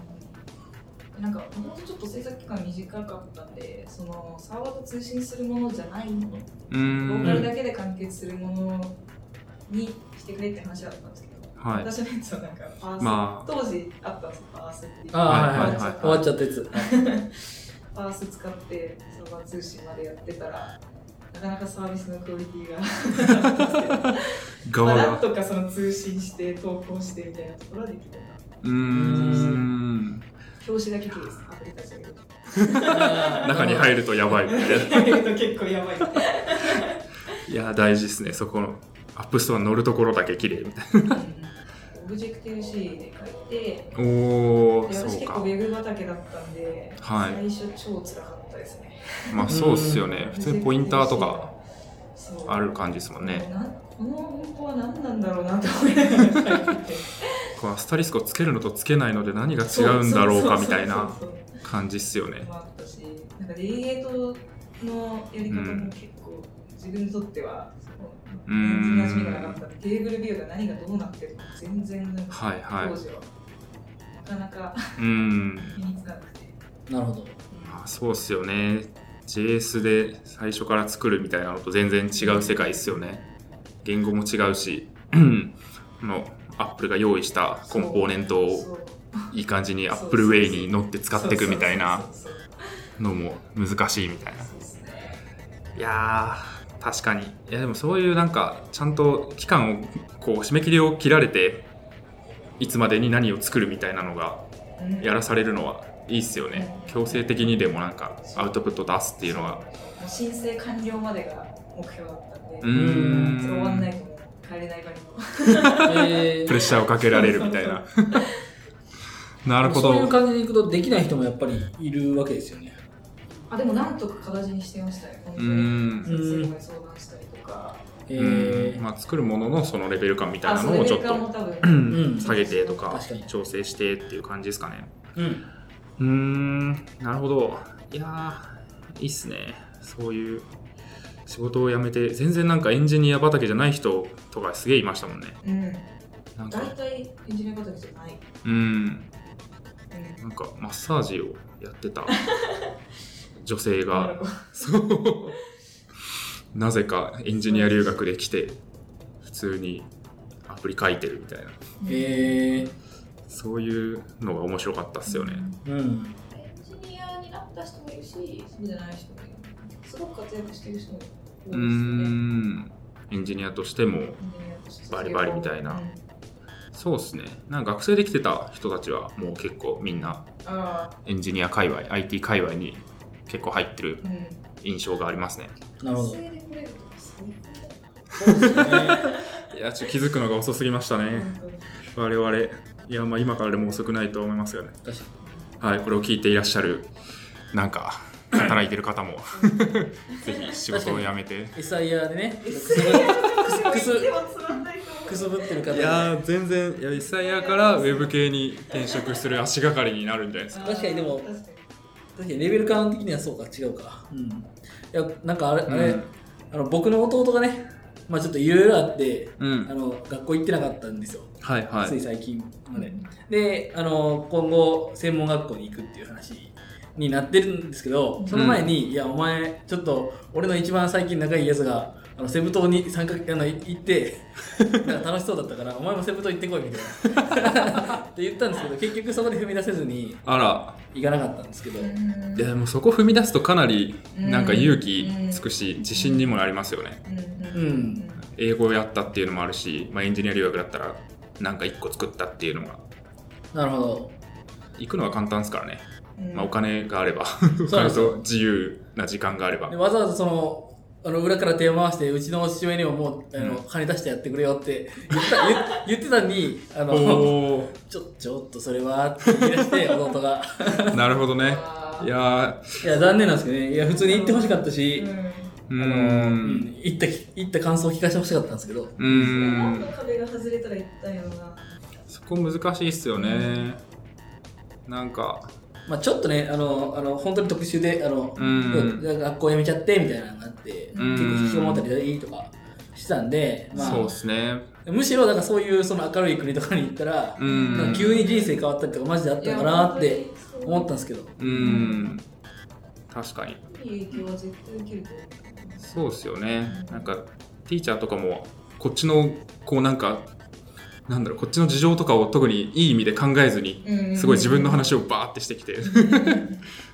Speaker 4: なんかもとちょっと制作期間短かったんで、そのサーバーと通信するものじゃないもの、
Speaker 3: うー
Speaker 4: ローカル
Speaker 3: ん
Speaker 4: だけで完結するものにしてくれって話だったんですけど、
Speaker 3: はい
Speaker 4: 私のやつはなんかパース、
Speaker 3: ま
Speaker 4: 当時あったんですよ、パースっていう。
Speaker 2: ああ、はいは
Speaker 3: は
Speaker 2: いい
Speaker 3: はい
Speaker 2: は
Speaker 3: はい
Speaker 2: い。終わっちゃったやつ。
Speaker 4: パース使ってサーバー通信までやってたらなかなかサービスのクオリティがま
Speaker 3: 側
Speaker 4: あなん
Speaker 3: が
Speaker 4: とかその通信して投稿してみたいなところはできるな
Speaker 3: うーん
Speaker 4: 表紙だけ綺麗ですアプリ立ち上げると
Speaker 3: 中に入るとやばいみたいな
Speaker 4: 入ると結構やばいって
Speaker 3: いや大事ですねそこのアップストアに乗るところだけ綺麗みたい
Speaker 4: オブジェクティブ C で書いてで
Speaker 3: なおお
Speaker 4: 私
Speaker 3: そう
Speaker 4: 結構
Speaker 3: か
Speaker 4: ウェブ畑だったんで、
Speaker 3: はい
Speaker 4: 最初超辛かったですね
Speaker 3: まあそうっすよね普通にポインターとか
Speaker 4: そう
Speaker 3: ある感じですもんね
Speaker 4: なこの文法は何なんだろうなと思いながら書いてて
Speaker 3: こうアスタリスクをつけるのとつけないので何が違うんだろうかみたい
Speaker 4: そうそう
Speaker 3: な
Speaker 4: そうそう
Speaker 3: 感じっすよね
Speaker 4: もあったし、なんかデリゲートのやり方も結構自分にとってはその
Speaker 3: うー
Speaker 4: エンジニ
Speaker 3: ん
Speaker 4: ア趣味がなかったんで Google ビューが何がどうなってるのか全然なんか
Speaker 3: はいはい
Speaker 4: 当時はなかなか
Speaker 3: うーん
Speaker 4: 身につかなくて、
Speaker 2: なるほど。
Speaker 3: まあそうっすよね JS で最初から作るみたいなのと全然違う世界っすよね言語も違うし このアップルが用意したコンポーネントを
Speaker 4: そう
Speaker 3: いい感じにアップルウェイに乗って使っていくみたいな
Speaker 4: そうそう
Speaker 3: のも難しいみたいな
Speaker 4: そうそうそうそうですね
Speaker 3: いやー確かにいやでもそういうなんかちゃんと期間をこう締め切りを切られていつまでに何を作るみたいなのが
Speaker 4: うん
Speaker 3: やらされるのはいいっすよね強制的にでもなんかアウトプット出すっていうのは
Speaker 4: もう申請完了までが目標だったんで、
Speaker 3: う
Speaker 2: ー
Speaker 4: 終わんない
Speaker 3: ん
Speaker 4: ともう帰れない場にも
Speaker 2: え
Speaker 3: プレッシャーをかけられるみたいななるほ
Speaker 2: そういう
Speaker 3: ど
Speaker 2: 感じでいくとできない人もやっぱりいるわけですよね。
Speaker 4: あでもなんとか形にしてましたね、本
Speaker 3: う
Speaker 4: 当
Speaker 3: ー
Speaker 4: に。
Speaker 3: ん
Speaker 4: 先生に相談したりとか、
Speaker 2: え
Speaker 3: う
Speaker 2: ー
Speaker 3: んまあ作るもののそのレベル感みたいな
Speaker 4: そ
Speaker 3: の
Speaker 4: れ
Speaker 3: をちょ
Speaker 4: で
Speaker 3: っ
Speaker 4: かも
Speaker 3: と
Speaker 4: 多分、
Speaker 3: う
Speaker 4: うん
Speaker 3: ん下げてとか
Speaker 2: 確かに
Speaker 3: 調整してっていう感じですかね
Speaker 2: うん、
Speaker 3: うーんなるほどいやーいいっすねそういう仕事を辞めて全然なんかエンジニア畑じゃない人とかすげえいましたもんねなんか
Speaker 4: 大体エンジニア形じゃない。
Speaker 3: うん
Speaker 4: う
Speaker 3: なんかマッサージをやってた女性
Speaker 4: ん、なる
Speaker 3: が
Speaker 4: ほど
Speaker 3: そうなぜかエンジニア留学で来て普通にアプリ書いてるみたいな
Speaker 2: えー、
Speaker 3: そういうのが面白かったっすよね
Speaker 2: うん、
Speaker 4: エンジニアになった人もいるし、そうじゃない人もいる。すごく活躍してる人もいる
Speaker 3: う
Speaker 4: 多い
Speaker 3: ー
Speaker 4: ですよね。
Speaker 3: んエンジニアとして
Speaker 4: エ
Speaker 3: も
Speaker 4: ンジニアとして
Speaker 3: バリバリみたいな
Speaker 4: うん
Speaker 3: そうですね。なんか学生で来てた人たちはもう結構みんな
Speaker 4: ああ、
Speaker 3: エンジニア界隈、IT 界隈に結構入ってる
Speaker 4: うん。
Speaker 3: 印象がありますね。
Speaker 2: なるほど。
Speaker 4: 学生で来れるとかすごい
Speaker 2: そうですね。
Speaker 3: いや、ちょっと気づくのが遅すぎました ね。
Speaker 4: 本当に
Speaker 3: 我々。いや、まあ今からでも遅くないと思いますがね。
Speaker 2: 確か
Speaker 3: はい、これを聞いていらっしゃる、なんか、働いてる方も、ぜひ仕事を辞めて。
Speaker 2: に。エサイヤーでね、くすくす
Speaker 4: でもつまんないと思う
Speaker 2: くすぶってる方
Speaker 3: いやー、全然、いや、一切やからウェブ系に転職する足がかりになるんじゃないですか。
Speaker 2: 確かにでも
Speaker 4: 確かに
Speaker 2: 確かにレベル感的にはそうか、違うか。うん、いや、なんかあれ、あれ
Speaker 3: うん
Speaker 2: あの僕の弟がね、まあちょっといろいろあって、
Speaker 3: う
Speaker 2: あ
Speaker 3: ん。
Speaker 2: の学校行ってなかったんですよ、
Speaker 3: はいは
Speaker 2: つい
Speaker 3: い。
Speaker 2: 最近まで。であの今後専門学校に行くっていう話になってるんですけどその前に、いやお前ちょっと俺の一番最近仲いいやつがあのセブ島に参加あのい行って なんか楽しそうだったからお前もセブ島行ってこいみたいな って言ったんですけど結局そこで踏み出せずに
Speaker 3: あら、
Speaker 2: 行かなかったんですけど、
Speaker 3: いやでもそこ踏み出すとかなり
Speaker 4: うん
Speaker 3: なんか勇気つくし自信にもなりますよね
Speaker 4: うん
Speaker 2: う
Speaker 4: うんん
Speaker 3: 英語をやったっていうのもあるし、まあ、エンジニア留学だったらなんか1個作ったっていうのが
Speaker 2: なるほど
Speaker 3: 行くのは簡単ですからね、
Speaker 4: うん
Speaker 3: まあ、お金があればお
Speaker 2: そうなん
Speaker 3: 金
Speaker 2: ですよ
Speaker 3: と自由な時間があれば
Speaker 2: でわざわざそのあの裏から手を回してうちの父親にももうあの、
Speaker 3: うん
Speaker 2: 金出してやってくれよって言った言言ってたのにあ
Speaker 3: お
Speaker 2: の
Speaker 3: お
Speaker 2: ちょちょっとそれはって言い出して弟が
Speaker 3: ーなるほどね
Speaker 4: あ
Speaker 3: い
Speaker 4: ー
Speaker 3: や
Speaker 2: いや残念なんですけどねいや普通に行ってほしかったし、
Speaker 4: うん
Speaker 3: ーうー
Speaker 2: あの
Speaker 3: ん
Speaker 2: 行った行った感想を聞かせてほしかったんですけど
Speaker 3: う
Speaker 4: それ何
Speaker 3: ー
Speaker 4: の
Speaker 3: ん
Speaker 4: 壁が外れたら言ったよな
Speaker 3: そこ難しいっすよねなんか
Speaker 2: まあ、ちょっとねあのあの本当に特殊であの、
Speaker 3: うん
Speaker 2: 学校辞めちゃってみたいなのがあって、
Speaker 4: うん
Speaker 2: 結構引きこもったりとかしてたんで、まあ、
Speaker 3: そうっすね
Speaker 2: むしろなんかそういうその明るい国とかに行ったら
Speaker 3: う、
Speaker 2: なん
Speaker 3: ん
Speaker 2: か急に人生変わったりとかマジであったのかなって思ったん
Speaker 4: ん
Speaker 2: ですけど
Speaker 3: うん確かに
Speaker 4: いい影響は絶対受けると思う
Speaker 3: そうですよね。なんか、ティーチャーとかも、こっちの、こうなんか、なんだろう、こっちの事情とかを特にいい意味で考えずに、
Speaker 4: うん
Speaker 3: すごい自分の話をバーってしてきて、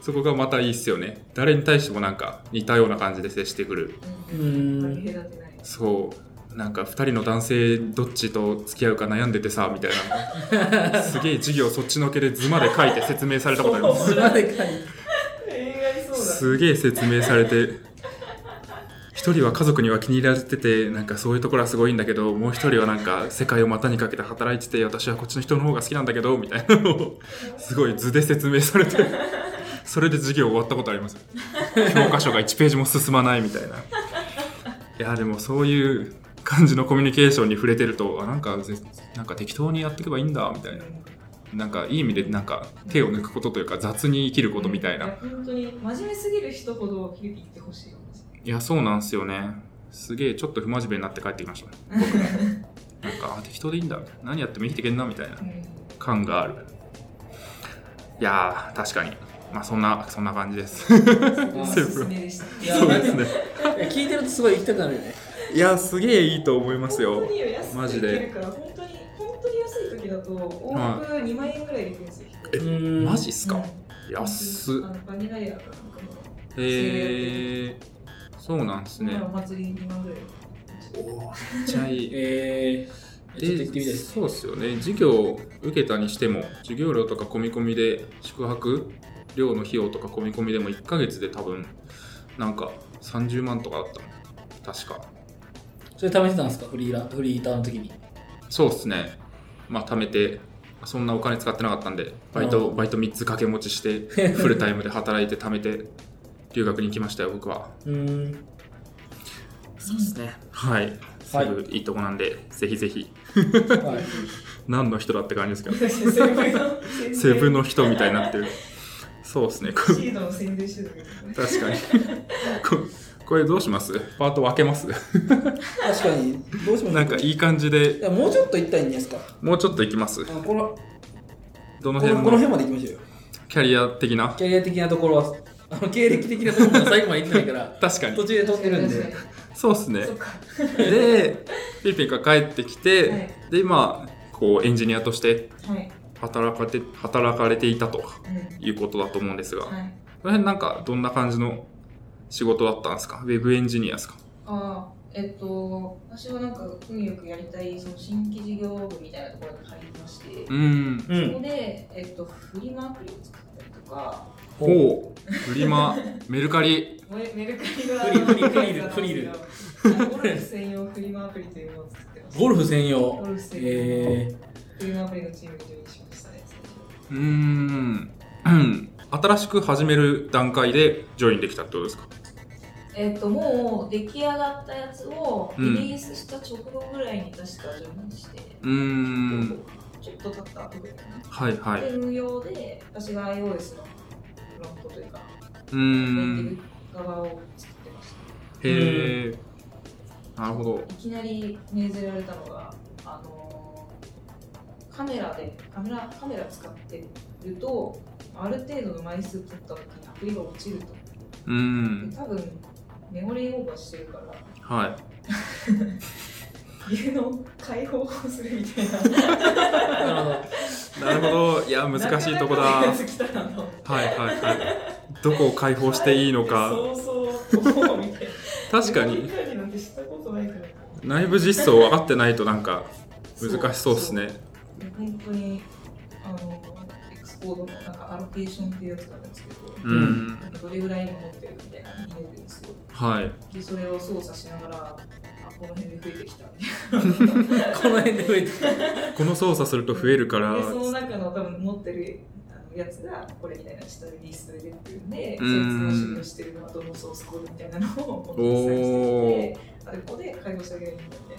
Speaker 3: そこがまたいいっすよね。誰に対してもなんか似たような感じで接してくる。
Speaker 2: う
Speaker 4: うん割
Speaker 2: ん
Speaker 4: り隔てない
Speaker 3: そう。なんか2人の男性どっちと付き合うか悩んでてさみたいなすげえ授業そっちのけで図まで書いて説明されたことあります
Speaker 2: それまでかい
Speaker 4: 映画にそう
Speaker 3: すげえ説明されて一人は家族には気に入られててなんかそういうところはすごいんだけどもう一人はなんか世界を股にかけて働いてて私はこっちの人の方が好きなんだけどみたいなのをすごい図で説明されてそれで授業終わったことあります教科書が1ページも進まないみたいないやでもそういう感じのコミュニケーションに触れてるとあなんかぜなんか適当にやっていけばいいんだみたいななんかいい意味でなんか手を抜くことというか雑に生きる
Speaker 4: だ
Speaker 3: ことみたいな
Speaker 4: や本当に真面目すぎる人ほど響きってほしいよね
Speaker 3: いやそうなんですよねすげえちょっと不真面目になって帰ってきました、ね、僕なんかあ適当でいいんだみたいな何やっても生きてけんなみたいな
Speaker 4: うん
Speaker 3: 感があるいやー確かにまあそんなそんな感じです
Speaker 4: おすすめでした。
Speaker 2: いや
Speaker 3: そうですね
Speaker 2: 聞いてるとすごい行きたくなるよね。
Speaker 3: いやすげえいいと思いま
Speaker 4: 本
Speaker 3: すよ
Speaker 4: 当に安
Speaker 3: マ
Speaker 4: く
Speaker 3: ジ
Speaker 4: で
Speaker 3: で
Speaker 4: きるから本当に本当に安い時だと往復2万円ぐらいできるんですよ。
Speaker 3: え
Speaker 2: うん
Speaker 3: マジっすか、
Speaker 4: うん
Speaker 3: 安っ
Speaker 4: あのバニラエアかなんかも
Speaker 3: へえそうなんです
Speaker 4: そんな
Speaker 3: ね
Speaker 4: のお祭り2万ぐらい。
Speaker 3: おーめっちゃいい
Speaker 2: えー、ちょっと行ってみたいです。
Speaker 3: そうですよね授業を受けたにしても授業料とか込み込みで宿泊料の費用とか込み込みでも1ヶ月で多分なんか30万とかだったの確か
Speaker 2: それ試してたんですかフリーラフリーターの時に。
Speaker 3: そうですねまあ貯めてそんなお金使ってなかったんでバイト、
Speaker 2: うん
Speaker 3: バイト3つ掛け持ちしてフルタイムで働いて貯めて留学に行きましたよ僕は
Speaker 2: うん。
Speaker 4: そうです
Speaker 3: ねはいす
Speaker 2: はい
Speaker 3: ぐいいとこなんで、ぜひぜひ
Speaker 2: はい。
Speaker 3: 何の人だって感じですけど
Speaker 4: セブンの
Speaker 3: セブンの人みたいになってるそうですね
Speaker 4: シードの宣伝してたけどね。
Speaker 3: 確かにここれどうしますパート分けます
Speaker 2: 確かに、どうします
Speaker 3: なんか
Speaker 2: い
Speaker 3: いい感じ
Speaker 2: い
Speaker 3: で
Speaker 2: やもうちょっと行ったらいいんじゃないですか
Speaker 3: もうちょっといきます
Speaker 2: あのこの
Speaker 3: どの
Speaker 2: このこ
Speaker 3: 辺
Speaker 2: の辺
Speaker 3: の
Speaker 2: まで行きましょうよ。
Speaker 3: キャリア的な
Speaker 2: キャリア的なところは、あの経歴的なところは最後まで行ってないから、
Speaker 3: 確か
Speaker 2: 途
Speaker 3: に
Speaker 2: 中で飛んでるんで。
Speaker 3: そうっすね
Speaker 4: そっか。
Speaker 3: でフィリピンから帰ってきて、
Speaker 4: はい
Speaker 3: で今こうエンジニアとして
Speaker 4: はい。
Speaker 3: 働かれて働かれていたと
Speaker 4: うん
Speaker 3: いうことだと思うんですが、こ
Speaker 4: はい。
Speaker 3: の辺なんかどんな感じの仕事だったんですかウェブエンジニアですか
Speaker 4: ああ、えっと、私はなんか運よくやりたいその新規事業部みたいなところに入りまして、
Speaker 3: うーん
Speaker 2: う
Speaker 4: そこ
Speaker 2: ん。
Speaker 4: で、えっと、フリマアプリを作ったりとか、
Speaker 3: お
Speaker 2: う。
Speaker 3: おフリマメルカリ
Speaker 4: メメルカリが
Speaker 2: フリフリフリル
Speaker 4: ル。ゴルフ専用フリマアプリというのを作ってます。
Speaker 2: ゴルフ専
Speaker 4: ゴ
Speaker 2: 用。
Speaker 4: ルフ専用
Speaker 2: え
Speaker 4: フリマアプリのチームにジョインしましたね、最初。
Speaker 3: うーんうん新しく始める段階でジョインできたってことですか
Speaker 4: えっと、もう出来上がったやつをリリースした直後ぐらいに確かジョインして、
Speaker 3: うーん
Speaker 4: ちょっと経った後ぐらいかな。
Speaker 3: はいはい
Speaker 4: で、
Speaker 3: う
Speaker 4: 無料で私が iOS のフロントというか、
Speaker 3: ー
Speaker 4: ネイ
Speaker 3: ん
Speaker 4: ティブ側を作ってました。
Speaker 3: へえなるほど
Speaker 4: いきなり命ぜられたのが、あのーカメラでカメラカメラ使ってるとある程度の枚数取った時にアプリが落ちると
Speaker 3: うーん
Speaker 4: で多分メモリーオーバーしてるから
Speaker 3: は
Speaker 4: 家の解放をするみたいな
Speaker 2: ー、なるほど。
Speaker 3: いなるほどいや難しいとこだ
Speaker 4: なか
Speaker 3: はい
Speaker 4: なかのやつ来たなと
Speaker 3: はいはいどこを解放していいのか
Speaker 4: そうそうおおみたいな
Speaker 3: 確か
Speaker 4: メモリ
Speaker 3: に
Speaker 4: ー管理なんて知ったことないから
Speaker 3: 内部実装分かってないとなんか難しそうですね
Speaker 4: そう本当にあのエクスコードのなんかアロケーションっていうやつがあるんですけど、
Speaker 3: ううん
Speaker 4: なんかどれぐらい今持ってるみたいなの見えるんですよ。
Speaker 3: はい
Speaker 4: で、それを操作しながら、あ、この辺で増えてきたみたい
Speaker 2: この辺で増えてきた。
Speaker 3: この操作すると増えるから
Speaker 4: な。で、その中の多分持ってるあのやつが、これみたいな下でリースされてっていうんで、そ
Speaker 3: うん
Speaker 4: いつの処理をしてるのはどのソースコードみたいなのを
Speaker 3: おー
Speaker 4: 持ってきて、あでここで解放してあげるんだみたいな。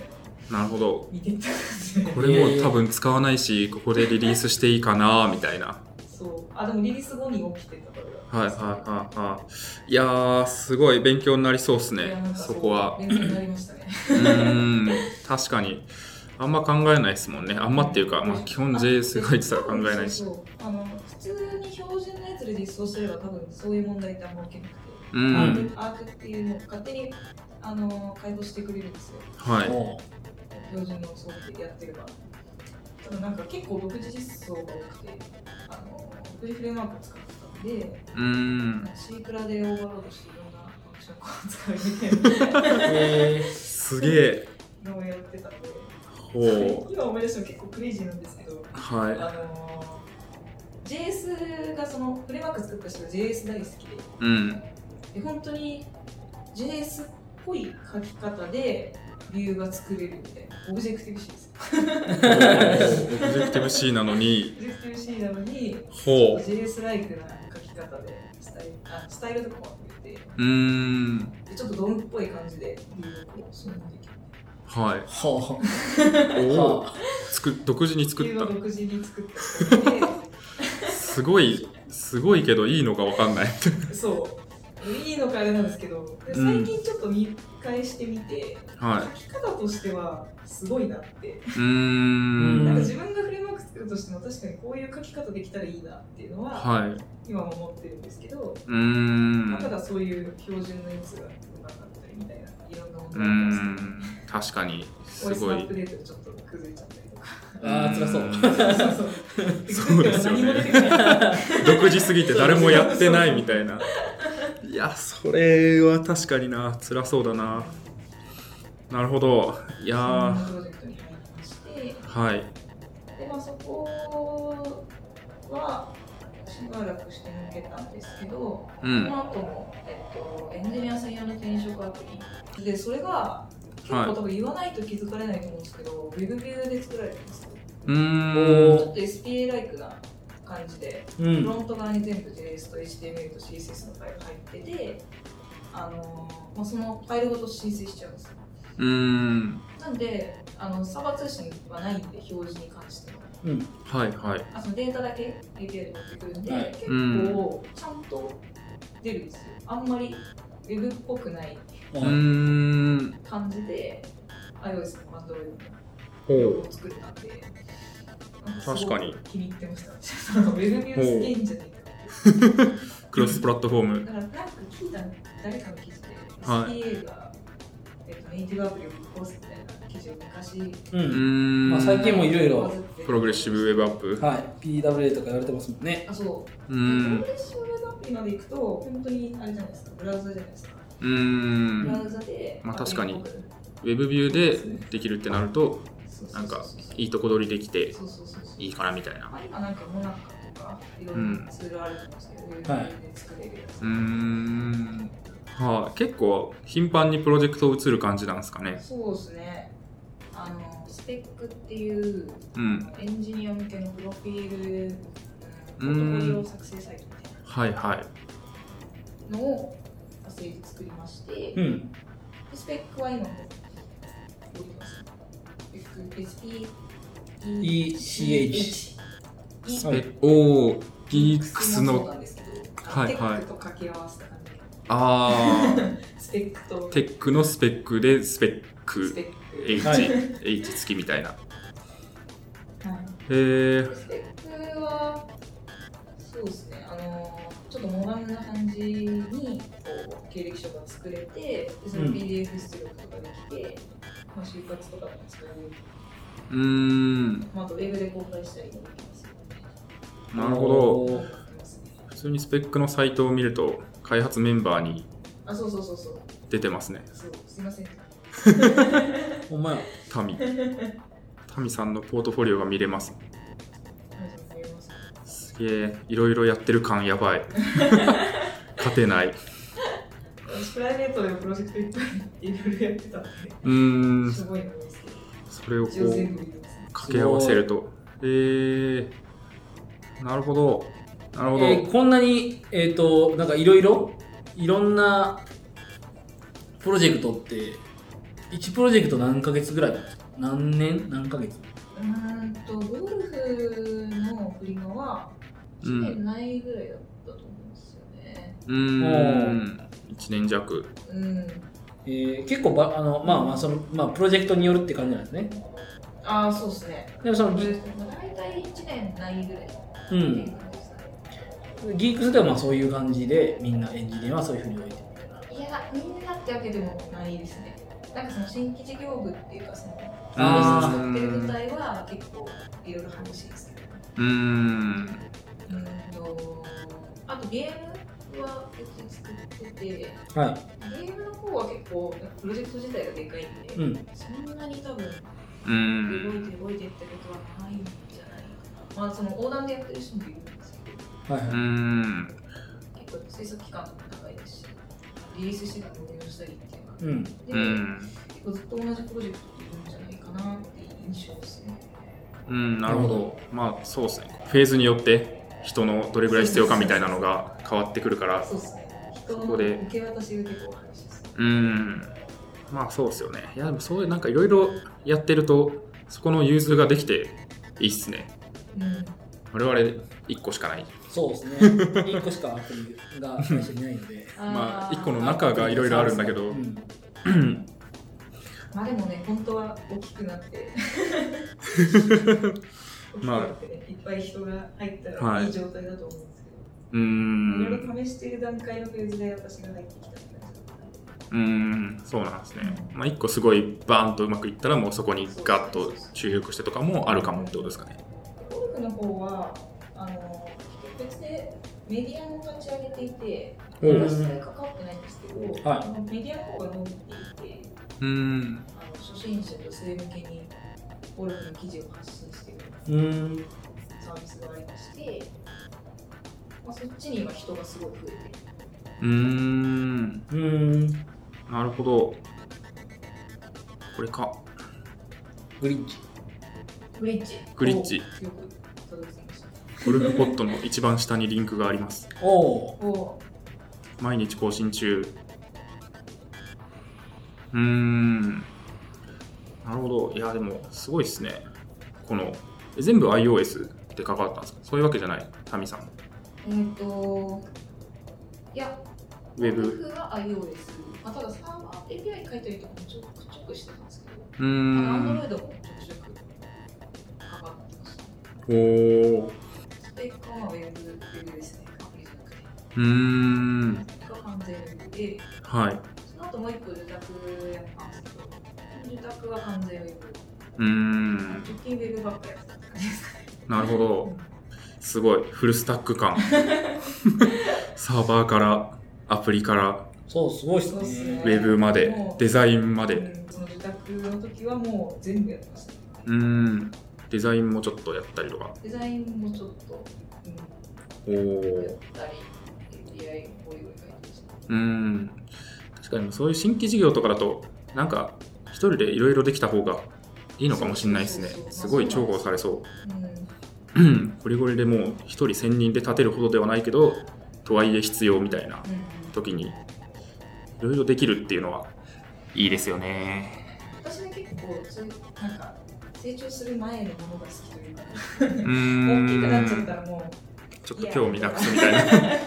Speaker 3: なるほど
Speaker 4: 見てった感じで。
Speaker 3: これもう多分使わないしここでリリースしていいかなみたいな
Speaker 4: そう。あ、でもリリース後に起きてたから。
Speaker 3: はいはいはいはい。いやー、すごい勉強になりそうです
Speaker 4: いや
Speaker 3: ね
Speaker 4: なん、か
Speaker 3: そこは。
Speaker 4: 勉強になりましたね。
Speaker 3: うーん、確かに。あんま考えないですもんね。あんまっていうか、まあ、基本 JS が入ってたら考えないし。
Speaker 4: そうそうそうあの普通に標準のやつで実装すれば多分そういう問題ってあんま起きなくて、
Speaker 3: う
Speaker 4: アー
Speaker 3: ん、
Speaker 4: クアークっていうのを勝手にあの解放してくれるんですよ
Speaker 3: はい。
Speaker 2: おう
Speaker 4: 標準の装備でやってればただなんか結構独自実装が多くてあの独自フレームワークを使ってたんで
Speaker 3: うーん、
Speaker 4: シークラでオーバーロードしていろんなアクションを使うみたい
Speaker 2: え
Speaker 3: すげえ。
Speaker 4: なのをやってたん で
Speaker 3: ほ
Speaker 4: 今思い出しても結構クレイジーなんですけど
Speaker 3: う。
Speaker 4: あ
Speaker 3: は
Speaker 4: の JS がそのフレームワーク作った人が JS 大好きで
Speaker 3: い。うん、
Speaker 4: で本当に JS っぽい書き方でビューが作れるみたいなオブジェクティブ C です
Speaker 3: オブジェクティブ C なのに、
Speaker 4: オブジェクティブ C なのに
Speaker 3: ほう。
Speaker 4: JS ライクな書き方でスタイルあスタイルとかもあってて
Speaker 3: うーん、
Speaker 4: でちょっとドンっぽい感じでビューをこう進んでいける
Speaker 3: はい。
Speaker 2: は
Speaker 3: おお、つく独自に
Speaker 4: って
Speaker 3: 作
Speaker 4: いう
Speaker 3: っ
Speaker 4: のを
Speaker 3: た。
Speaker 4: 独自に作ったの
Speaker 3: すごい、すごいけどいいのかわかんない。
Speaker 4: でそういいのかあれなんですけど、で
Speaker 3: うん
Speaker 4: 最近ちょっと見返してみて、
Speaker 3: はい。
Speaker 4: 書き方としてはすごいなって、
Speaker 3: うーん。
Speaker 4: なんか
Speaker 3: は。
Speaker 4: 自分がフレームワーク作るとしても確かにこういう書き方できたらいいなっていうのはい
Speaker 3: う
Speaker 4: 今も思ってるんですけど、
Speaker 3: ーん。
Speaker 4: まあた
Speaker 3: う
Speaker 4: だそういう標準のやつがなかったりみたいな、いろんな問題
Speaker 3: ー
Speaker 4: があります
Speaker 3: ん。確かに、す
Speaker 4: ね。
Speaker 3: ご
Speaker 4: ア
Speaker 3: い
Speaker 4: ップ。デートでちょっと崩れちゃったりとか。
Speaker 2: ああ、辛そう。
Speaker 4: そうそう
Speaker 3: そうですよね
Speaker 4: 何も出てこない
Speaker 3: 独自すぎて誰もやってないみ たいな。いや、それは確かにな。辛そうだな。なるほど。いや
Speaker 4: そんな
Speaker 3: ー
Speaker 4: プロジェクトに入りまして、
Speaker 3: はい。
Speaker 4: でまあ、そこはしばらくして抜けたんですけど、
Speaker 3: うん。
Speaker 4: この後も、えっと、エンジニア専用の転職アプリでそれが結構多分言わないと気づかれないと思うんですけど、ビグビグで作られてます
Speaker 3: うー
Speaker 4: ち
Speaker 3: ん。
Speaker 4: ょっと SPA ライクな感じで
Speaker 2: う
Speaker 4: フ
Speaker 2: ん。
Speaker 4: ロント側に全部 JS と HTML と CSS のファイル入ってて、あのまあ、そのファイルごと申請しちゃうんですよ
Speaker 3: うーん。
Speaker 4: なんであのサーバー通信はないんで表示に関しては
Speaker 2: うん。
Speaker 3: はいはい。
Speaker 4: あそのデータだけ API で持ってくるんで、
Speaker 2: はい
Speaker 4: 結
Speaker 3: うん
Speaker 4: 構ちゃんと出るんですよあんまり Web っぽくないう
Speaker 2: う
Speaker 3: ー
Speaker 2: ん。
Speaker 3: ん。
Speaker 4: 感じで iOS と Android の
Speaker 3: ほ
Speaker 4: 両
Speaker 3: う。
Speaker 4: 方作ったんで
Speaker 3: 確かに
Speaker 4: すごく気に入ってました その Web ニュースゲインじゃないかって
Speaker 3: クロスプラットフォーム。
Speaker 4: だからなんか聞いた誰かの記事で
Speaker 3: は
Speaker 4: SPA が、えっとネイティブアプリをぶっ壊すみたいな記事を昔
Speaker 2: う
Speaker 3: うー
Speaker 2: ん。
Speaker 3: ん。
Speaker 2: まあ最近もいろいろ
Speaker 3: プログレッシブウェブアップ。
Speaker 2: はい。PWA とか言われてますもんね。
Speaker 4: あそう
Speaker 3: うー
Speaker 4: プロ
Speaker 3: ん
Speaker 4: グ。レッシブウェブアプリまで行くと、本当にあれじゃないですか、ブラウザじゃないですか。
Speaker 3: うー
Speaker 4: ブラ
Speaker 3: ん。
Speaker 4: ウザで、
Speaker 3: まあ確かに
Speaker 4: アプリを
Speaker 3: ウェブビューでできるってなると、
Speaker 4: そうそうそう
Speaker 3: なんかいいとこ取りできて
Speaker 4: そうそうそうそう。
Speaker 3: いいかなみたいな。
Speaker 4: まあ今なんかモナカとか、いろんなツールあると思うんですけど、ウェブ
Speaker 2: はい
Speaker 4: で作れるやつ。
Speaker 3: うーん。はい、結構頻繁にプロジェクト移る感じなんですかね。
Speaker 4: そうですね。あの、スペックっていう、
Speaker 3: うん。
Speaker 4: エンジニア向けのプロフィール、ポ
Speaker 3: う
Speaker 4: ー
Speaker 3: ん
Speaker 4: トフォリオ作成サイトみたい
Speaker 3: はいはい。
Speaker 4: なのを、整理作りまして、
Speaker 2: うん。
Speaker 4: スペックは今も動きます。スペック
Speaker 2: ECH。
Speaker 4: SPECH。
Speaker 2: はい
Speaker 3: え、おお、ギークス
Speaker 4: もそう
Speaker 3: の、
Speaker 4: なんですけど、
Speaker 3: は
Speaker 4: はいい
Speaker 3: は
Speaker 4: はいい。テックと掛け合わせた感じ。
Speaker 3: あー、
Speaker 4: スペックと
Speaker 3: テックのスペックでスペッ
Speaker 4: ス
Speaker 3: ク
Speaker 4: ペック。
Speaker 3: H、
Speaker 2: はい
Speaker 3: H 付きみたいな。へ
Speaker 4: はい
Speaker 3: え、
Speaker 4: スペックは、そうですね、あの、ちょっとモダンな感じにこう経歴書が作れて、でその
Speaker 2: うん
Speaker 4: PDF 出力とかできて、まあ、就活とかでも使える、
Speaker 3: うーん、な
Speaker 4: まあ、あとウェブで公開したりもできますよね。
Speaker 3: るほど。
Speaker 2: ど。
Speaker 3: 普通にスペックのサイトを見ると、開発メンバーに
Speaker 4: あ、そうそうそうそう、
Speaker 3: 出てますね。
Speaker 4: そうすいません。
Speaker 2: ほんまや。
Speaker 3: タミ。タミさんのポートフォリオが見れます。
Speaker 4: ありがとうございます
Speaker 3: すげえ、いろいろやってる感や ばい。勝てない。
Speaker 4: 私プライベートでもプロジェクトいっぱいいろいろやってたんで、
Speaker 3: うーん、
Speaker 4: すごいなんですけど、
Speaker 3: それをこ
Speaker 4: 一応
Speaker 3: う
Speaker 4: 全部見てますね。
Speaker 3: 掛け合わせると。えー、なるほど。なるほど。
Speaker 2: えーこんなに、えっ、と、なんかいろいろ、いろんなプロジェクトって、1プロジェクト何ヶ月ぐらいなんですか何年何ヶ月
Speaker 4: うーんと、ゴルフのフリマは、
Speaker 3: う
Speaker 4: 1
Speaker 3: ん
Speaker 4: 年ないぐらいだったと思うんですよね。
Speaker 3: うーん、1年弱。
Speaker 4: うん。
Speaker 2: えー結構ばあの、まあまあその、まあ、プロジェクトによるって感じなんですね。
Speaker 4: ああ、そうですね。
Speaker 2: でもその、
Speaker 4: まあ
Speaker 2: ギ
Speaker 4: 大体1年ないぐらいって
Speaker 2: う、
Speaker 4: いうん感じですかね。
Speaker 2: ギークスではまあそういう感じで、みんなエンジニアはそういうふうに動いてるみたいな。
Speaker 4: いや、みんなってわけでもないですね。なんかその新規事業部っていうか、その、
Speaker 2: あ
Speaker 4: 作ってる
Speaker 3: う
Speaker 4: 舞
Speaker 3: ーん
Speaker 4: 台は結構いろいろ話しいですけど。
Speaker 3: うーん。
Speaker 4: うーんと、あとゲームは別に作ってて、ゲ
Speaker 2: はい。
Speaker 4: ームの方は結構、プロジェクト自体がでかいんで、
Speaker 2: うん。
Speaker 4: そんなに多分、
Speaker 3: うーん。
Speaker 4: 動いて動いてってことはないんじゃないかな。まあ、その横断でやってる人もいるんですけど、
Speaker 2: はいう
Speaker 3: ー
Speaker 2: はい。
Speaker 3: ん。
Speaker 4: 結構制作期間とか長いですし、リリースしてから運用したりっていうのがあって
Speaker 2: うん。
Speaker 4: で、
Speaker 3: うん。
Speaker 4: 結構ずっと同じプロジェクトっているんじゃないかなっていう印象ですね。
Speaker 3: うん、なるほど。まあ、そうですね。フェーズによって、人のどれぐらい必要かみたいなのが変わってくるから、
Speaker 4: そうですね。人
Speaker 3: こ
Speaker 4: の
Speaker 3: こで
Speaker 4: 受け渡しが結構お話ですね。
Speaker 3: うーん。まあ、そうですよね。いや、でもそういう、なんかいろいろやってると、そこの融通ができていいっすね。
Speaker 4: うん。
Speaker 3: 我々1個しかない
Speaker 2: そうですね。1個し かアプリが会社にないので。
Speaker 3: まあ
Speaker 4: ー
Speaker 3: 1個の中がいろいろあるんだけど、
Speaker 2: うん
Speaker 4: まあでもね、本当は大きくなって、大きく
Speaker 3: まあ
Speaker 4: なってね、いっぱい人が入った
Speaker 3: は
Speaker 4: ら
Speaker 3: い
Speaker 4: いい状態だと思うんですけど、
Speaker 3: うー
Speaker 4: いろい
Speaker 3: ん
Speaker 4: ろ試してる段階のフェーズで私が入ってきたみたいな。
Speaker 3: うーんそうなんですね、まあ、1個すごいバーンとうまくいったらもうそこにガッと注力してとかもあるかもってことですかね
Speaker 4: ゴルフの方はあの別でメディアも立ち上げていて、
Speaker 3: おう
Speaker 4: 私は関わってないんですけど、
Speaker 2: はい
Speaker 4: あのメディアの方が伸びていて、
Speaker 3: うーん
Speaker 4: あの初心者と末向けにゴルフの記事を発信している
Speaker 2: うん。
Speaker 4: サービスがありまして、まあ、そっちに今人がすごい増えてる。
Speaker 3: うーん
Speaker 2: うん。
Speaker 3: なるほどこれか
Speaker 2: グリッジ。
Speaker 4: グリッチ。
Speaker 3: グリッチ
Speaker 4: お。よく届きました。
Speaker 3: ゴルフポットの一番下にリンクがあります
Speaker 2: おお。
Speaker 4: お
Speaker 3: 毎日更新中うーんなるほどいやでもすごいですねこのえ全部 iOS って関わったんですかそういうわけじゃないタミさん
Speaker 4: えっ、ー、と、いや、
Speaker 3: ウェ
Speaker 4: ゴル
Speaker 3: ブ
Speaker 4: フは iOS。まあ、ただサーバー API 書いたりとかもちょくちょくしてたんですけど、
Speaker 3: うー
Speaker 4: アンド
Speaker 3: ん
Speaker 4: ロイドもちょくちょく関わってました。
Speaker 3: おー
Speaker 4: スペックはまあウェブウェブですね、アプリじゃなくて。
Speaker 3: うーん
Speaker 4: が完全で、
Speaker 3: はい
Speaker 4: その後もう一個受託やったんですけど、受託は完全ウェブ。
Speaker 3: うーん
Speaker 4: 直近ウェブばっかやってたって感じですかね。
Speaker 3: なるほどすごいフルスタック感サーバーからアプリから
Speaker 2: そう、すごいっす
Speaker 4: そうっす
Speaker 2: ね
Speaker 4: ね
Speaker 3: ウ。ェブまでデザインまで
Speaker 4: うんその受託の時はもう全部やってました、ね。
Speaker 3: うーんデザインもちょっとやったりとか
Speaker 4: デザインもちょっと、
Speaker 3: お
Speaker 4: うん、や
Speaker 3: ー
Speaker 4: ったり、API もこういうの書いてました。
Speaker 3: うーん確かにそういう新規事業とかだとなんか一人でいろいろできた方がいいのかもしれないですね
Speaker 4: そうそうそう
Speaker 3: すごい重宝されそ
Speaker 4: うん
Speaker 3: ううん ゴリゴリでもう一人千人で立てるほどではないけどとはいえ必要みたいな時にいろいろできるっていうのはいいですよね
Speaker 4: 私は結構そういうなんか成長する前のものが好きというか
Speaker 3: うー
Speaker 4: 大きくなっちゃっ
Speaker 3: ん
Speaker 4: たらもう
Speaker 3: ちょっと興味なくすみた いな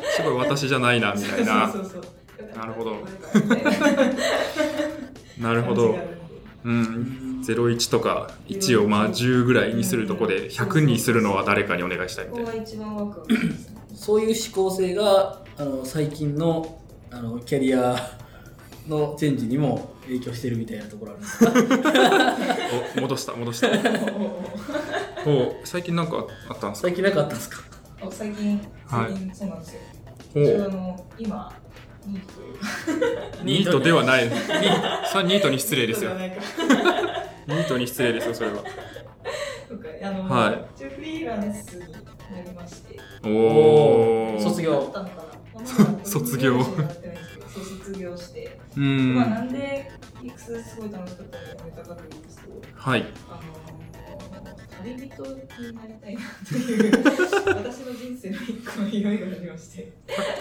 Speaker 3: すごい私じゃないなみたいな
Speaker 4: そうそうそうそう
Speaker 3: なるほど
Speaker 4: これからみたいな
Speaker 3: なるほ
Speaker 4: 感
Speaker 3: ど
Speaker 4: じがあるので
Speaker 3: うん、01とか1をまあ10ぐらいにするとこで100にするのは誰かにお願いしたいみ
Speaker 4: ここ
Speaker 3: たいな
Speaker 4: が一番ワクワクしますね
Speaker 2: そういう思考性が、あの、最近の、あの、キャリアのチェンジにも影響してるみたいなところあるんですか
Speaker 3: お戻した戻し た
Speaker 4: おうおう
Speaker 3: お最近なんか あったんですか
Speaker 2: 最近なかったんですか
Speaker 4: おう最近
Speaker 3: はい
Speaker 4: 最近そうなんですよ、
Speaker 3: お
Speaker 4: ちょうどあの今ニートというか
Speaker 3: ニートではないさニートに失礼ですよ
Speaker 4: ニートじゃ
Speaker 3: ニートに失礼ですよそれは
Speaker 4: ないかなんか
Speaker 3: は
Speaker 4: あ
Speaker 3: い
Speaker 4: の一応フリーランスになりまして
Speaker 3: お
Speaker 2: お
Speaker 3: お
Speaker 2: ー卒業
Speaker 4: だったのかなまあなんか
Speaker 3: 卒業
Speaker 4: そう卒業して
Speaker 3: う
Speaker 4: まあ、なんんで、いくつすごい楽しかったのかネタかと言いますと、
Speaker 3: はい
Speaker 4: あの旅人になりたいなという、私の人生の一個の夢がありまして、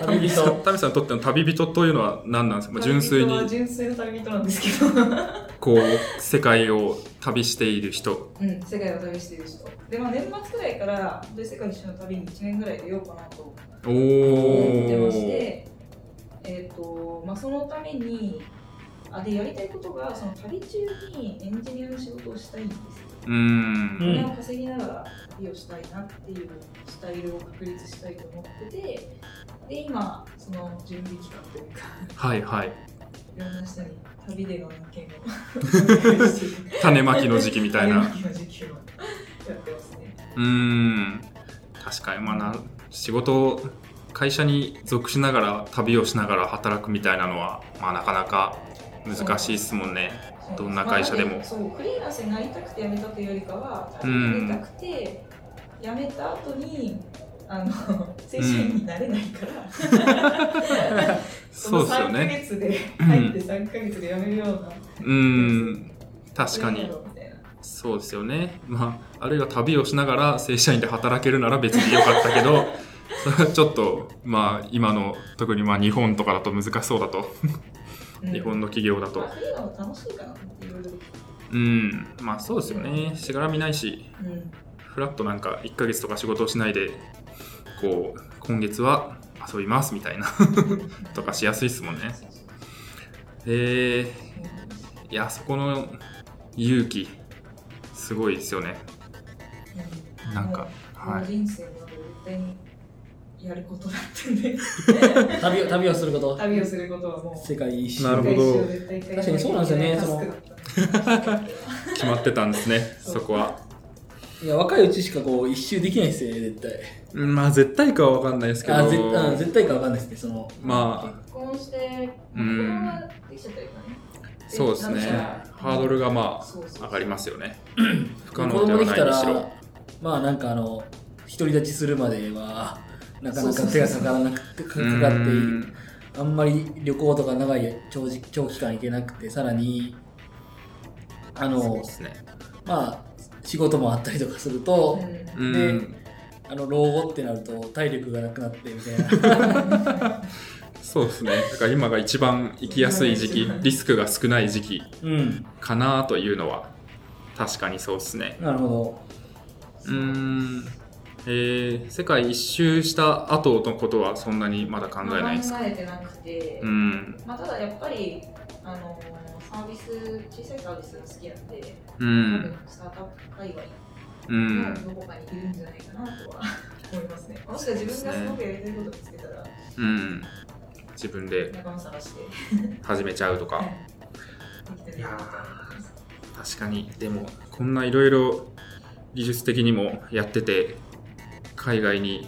Speaker 2: 旅
Speaker 3: さん
Speaker 2: 人。
Speaker 3: タミさんにとっての旅人というのは何なんですか、まあ、純粋
Speaker 4: 旅人は
Speaker 3: に
Speaker 4: 純粋な旅人なんですけど、 う
Speaker 3: こう世界を旅している人
Speaker 4: ん、世界を旅している人。で、まあ、年末くらいから、本当に世界一周の旅に1年ぐらい出ようかなと
Speaker 3: お
Speaker 4: 思ってまし
Speaker 3: お
Speaker 4: て、えっとまあ、そのために、あでやりたいことが、その旅中にエンジニアの仕事をしたいんですよ。
Speaker 3: うん
Speaker 2: う
Speaker 4: お
Speaker 2: ん
Speaker 4: 金を稼ぎながら旅をしたいなっていうスタイルを確立したいと思っててで今その準備期間というか
Speaker 3: はいはい
Speaker 4: いろんな人に旅での案件を み
Speaker 3: 種まきの時期みたいな
Speaker 4: の時期をやってますね
Speaker 3: うーん確かにまあな仕事を会社に属しながら旅をしながら働くみたいなのは、まあ、なかなか難しいですもんね。
Speaker 4: そう
Speaker 3: どんな会社でも
Speaker 4: まあそうフリーランスになりたくて辞めたというよりかは旅に出たくて辞めた後にあの 精神になれないから、 その3
Speaker 3: そうですよ
Speaker 4: ヶ
Speaker 3: ね。
Speaker 4: 月で入って3ヶ月で辞めるような、
Speaker 3: うーん確かに
Speaker 4: どういうのみたいな
Speaker 3: そうですよね。まああるいは旅をしながら正社員で働けるなら別に良かったけど。 それはちょっとまあ今の特にまあ日本とかだと難しそうだと
Speaker 4: うん
Speaker 3: 日本の企業だと
Speaker 4: まあ、フリーランス楽しいかなっていろいろできて
Speaker 3: うんまあそうですよねしがらみないし
Speaker 4: うん、
Speaker 3: フラットなんか1ヶ月とか仕事をしないでこう今月は遊びますみたいな とかしやすいですもんね
Speaker 4: そうそう
Speaker 3: えー、いやそこの勇気すごいですよね
Speaker 4: うん
Speaker 3: なんか
Speaker 4: もう
Speaker 3: はい
Speaker 4: もう人生の中で絶対にやることだってんで
Speaker 2: 旅を旅をすること
Speaker 4: 旅をすることはもう
Speaker 2: 世界一周
Speaker 3: なるほど
Speaker 4: 絶対一回
Speaker 2: 確かにそうなんですよねその
Speaker 3: 決まってたんです ね
Speaker 4: そう
Speaker 3: そこはい
Speaker 2: や若いうちしかこう一周できないですよね絶対
Speaker 3: うんまあ絶対かは分かんないですけど
Speaker 2: あぜ、うん、絶対かわかんないですねその
Speaker 3: ま
Speaker 4: 結婚して子
Speaker 3: うん
Speaker 4: 供ができちゃったりとかね
Speaker 3: あそうですね
Speaker 4: なるから
Speaker 3: ハードルがま
Speaker 4: そうそう
Speaker 3: あ
Speaker 4: そう
Speaker 3: 上がりますよね
Speaker 2: 子
Speaker 3: 不可能で
Speaker 2: 供
Speaker 3: は
Speaker 2: でき
Speaker 3: な
Speaker 2: た
Speaker 3: いにし
Speaker 2: ら
Speaker 3: ろ
Speaker 2: まあなんかあの独り立ちするまではなか
Speaker 4: そう
Speaker 2: な
Speaker 4: そう
Speaker 2: か
Speaker 4: そう
Speaker 2: 手がかからなくてか
Speaker 3: う
Speaker 2: かかって
Speaker 3: ん
Speaker 2: あんまり旅行とか長い長時長期間行けなくてさらにあ
Speaker 3: そう
Speaker 2: の
Speaker 3: ですね
Speaker 2: まあ仕事もあったりとかすると、
Speaker 4: うん
Speaker 3: う
Speaker 2: で
Speaker 3: ん
Speaker 2: あの老後ってなると体力がなくなってみたい な
Speaker 3: そうですねだから今が一番行きやすい時期リスクが少ない時期
Speaker 2: うん
Speaker 3: かなというのは確かにそうですね
Speaker 2: なるほ
Speaker 3: うーん、えー、世界一周した後のことはそんなにまだ考えないんですか、
Speaker 4: 考えてなくて、
Speaker 3: うん、
Speaker 4: まあ、ただやっぱりあのサービス小さいサービスが好きなんで、
Speaker 3: う
Speaker 4: 多
Speaker 3: ん、
Speaker 4: 分スタートアップ界隈
Speaker 3: う
Speaker 4: の
Speaker 3: ん、
Speaker 4: どこかにいるんじゃないかなとは思いますね。もしくは自分がすごくやりたいことを見つけたら
Speaker 3: うん、自分で
Speaker 4: 仲間探して
Speaker 3: 始めちゃうとか、
Speaker 4: できたらいいなと思います。。
Speaker 3: 確かに、でも、こんないろいろ技術的にもやってて、海外に